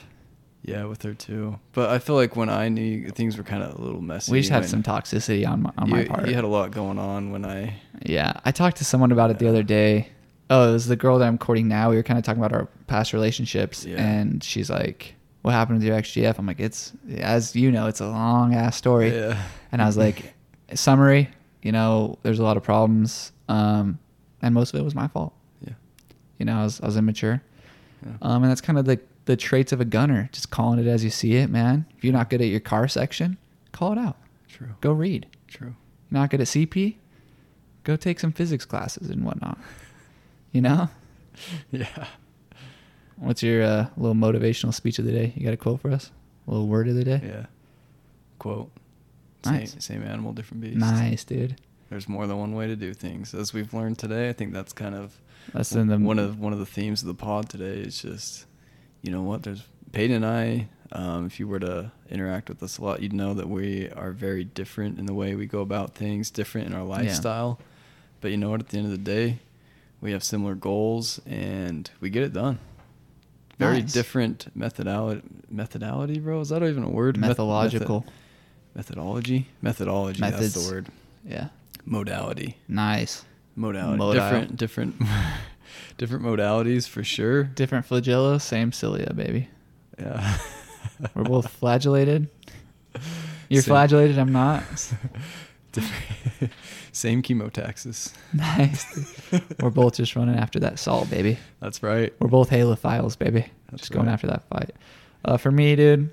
Yeah, with her too. But I feel like when I knew you, things were kind of a little messy. We just had when some toxicity on my on you, my part. You had a lot going on when I. yeah, I talked to someone about it the other day. Oh, it was the girl that I'm courting now. We were kind of talking about our past relationships, Yeah. and she's like, "What happened with your ex GF?" I'm like, "It's as you know, it's a long ass story." Yeah. And I was like, "Summary, you know, there's a lot of problems, um, and most of it was my fault." Yeah. You know, I was, I was immature. Yeah. Um, and that's kind of the, the traits of a gunner, just calling it as you see it, man. If you're not good at your car section, call it out. True. Go read. True. You're not good at CP? Go take some physics classes and whatnot. You know? Yeah. What's your uh, little motivational speech of the day? You got a quote for us? A little word of the day? Yeah. Quote. Nice. Same, same animal, different beast. nice, dude. There's more than one way to do things. As we've learned today, I think that's kind of That's in the one of one of the themes of the pod today is just, you know what? There's Peyton and I. Um, if you were to interact with us a lot, you'd know that we are very different in the way we go about things, different in our lifestyle. But you know what? At the end of the day, we have similar goals and we get it done. Very Nice. different methodology, methodology, bro. Is that even a word? Meth- methodological. methodology methodology that's Methods. the word Yeah. modality Nice. modality Modal. different different different modalities for sure Different flagella, same cilia, baby. yeah We're both flagellated. You're Same- flagellated, I'm not. Different- same chemotaxis Nice. We're both just running after that salt, baby. that's right We're both halophiles, baby. That's just going right. after that fight. Uh, for me, dude,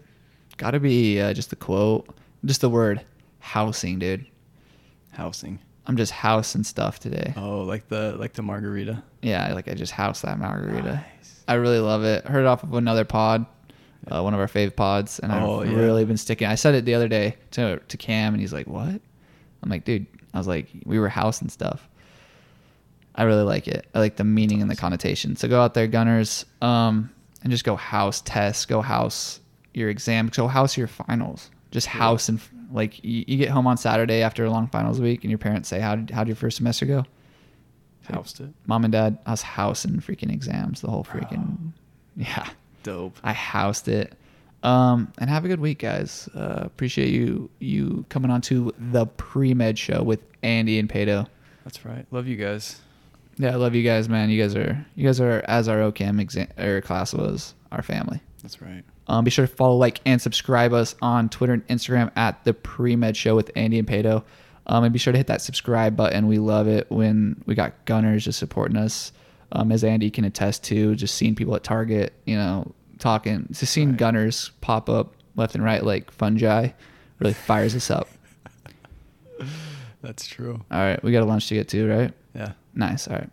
gotta be uh, just the quote. Just the word housing, dude. Housing. I'm just housing stuff today. Oh, like the like the margarita. Yeah, like I just house that margarita. Nice. I really love it. Heard it off of another pod, uh, one of our fave pods, and Oh, I've yeah. really been sticking. I said it the other day to to Cam, and he's like, "What?" I'm like, "Dude," I was like, "We were housing stuff." I really like it. I like the meaning and the connotation. So go out there, Gunners, um, and just go house tests, go house your exam, go house your finals. Just house and like you, you get home on Saturday after a long finals week, and your parents say, "How did how did your first semester go?" Housed it. mom and dad, I was housing freaking exams the whole freaking yeah. Dope. I housed it. Um, and have a good week, guys. Uh, appreciate you you coming on to the pre med show with Andy and Pato. That's right. Love you guys. Yeah, I love you guys, man. You guys are you guys are as our OCAM exam or class was our family. That's right. Um, be sure to follow, like, and subscribe us on Twitter and Instagram at the Premed Show with Andy and Pato. Um, and be sure to hit that subscribe button. We love it when we got gunners just supporting us, um, as Andy can attest to. Just seeing people at Target, you know, talking, just seeing gunners pop up left and right like fungi, really fires us up. That's true. All right, we got a lunch to get to, right? Yeah. Nice. All right.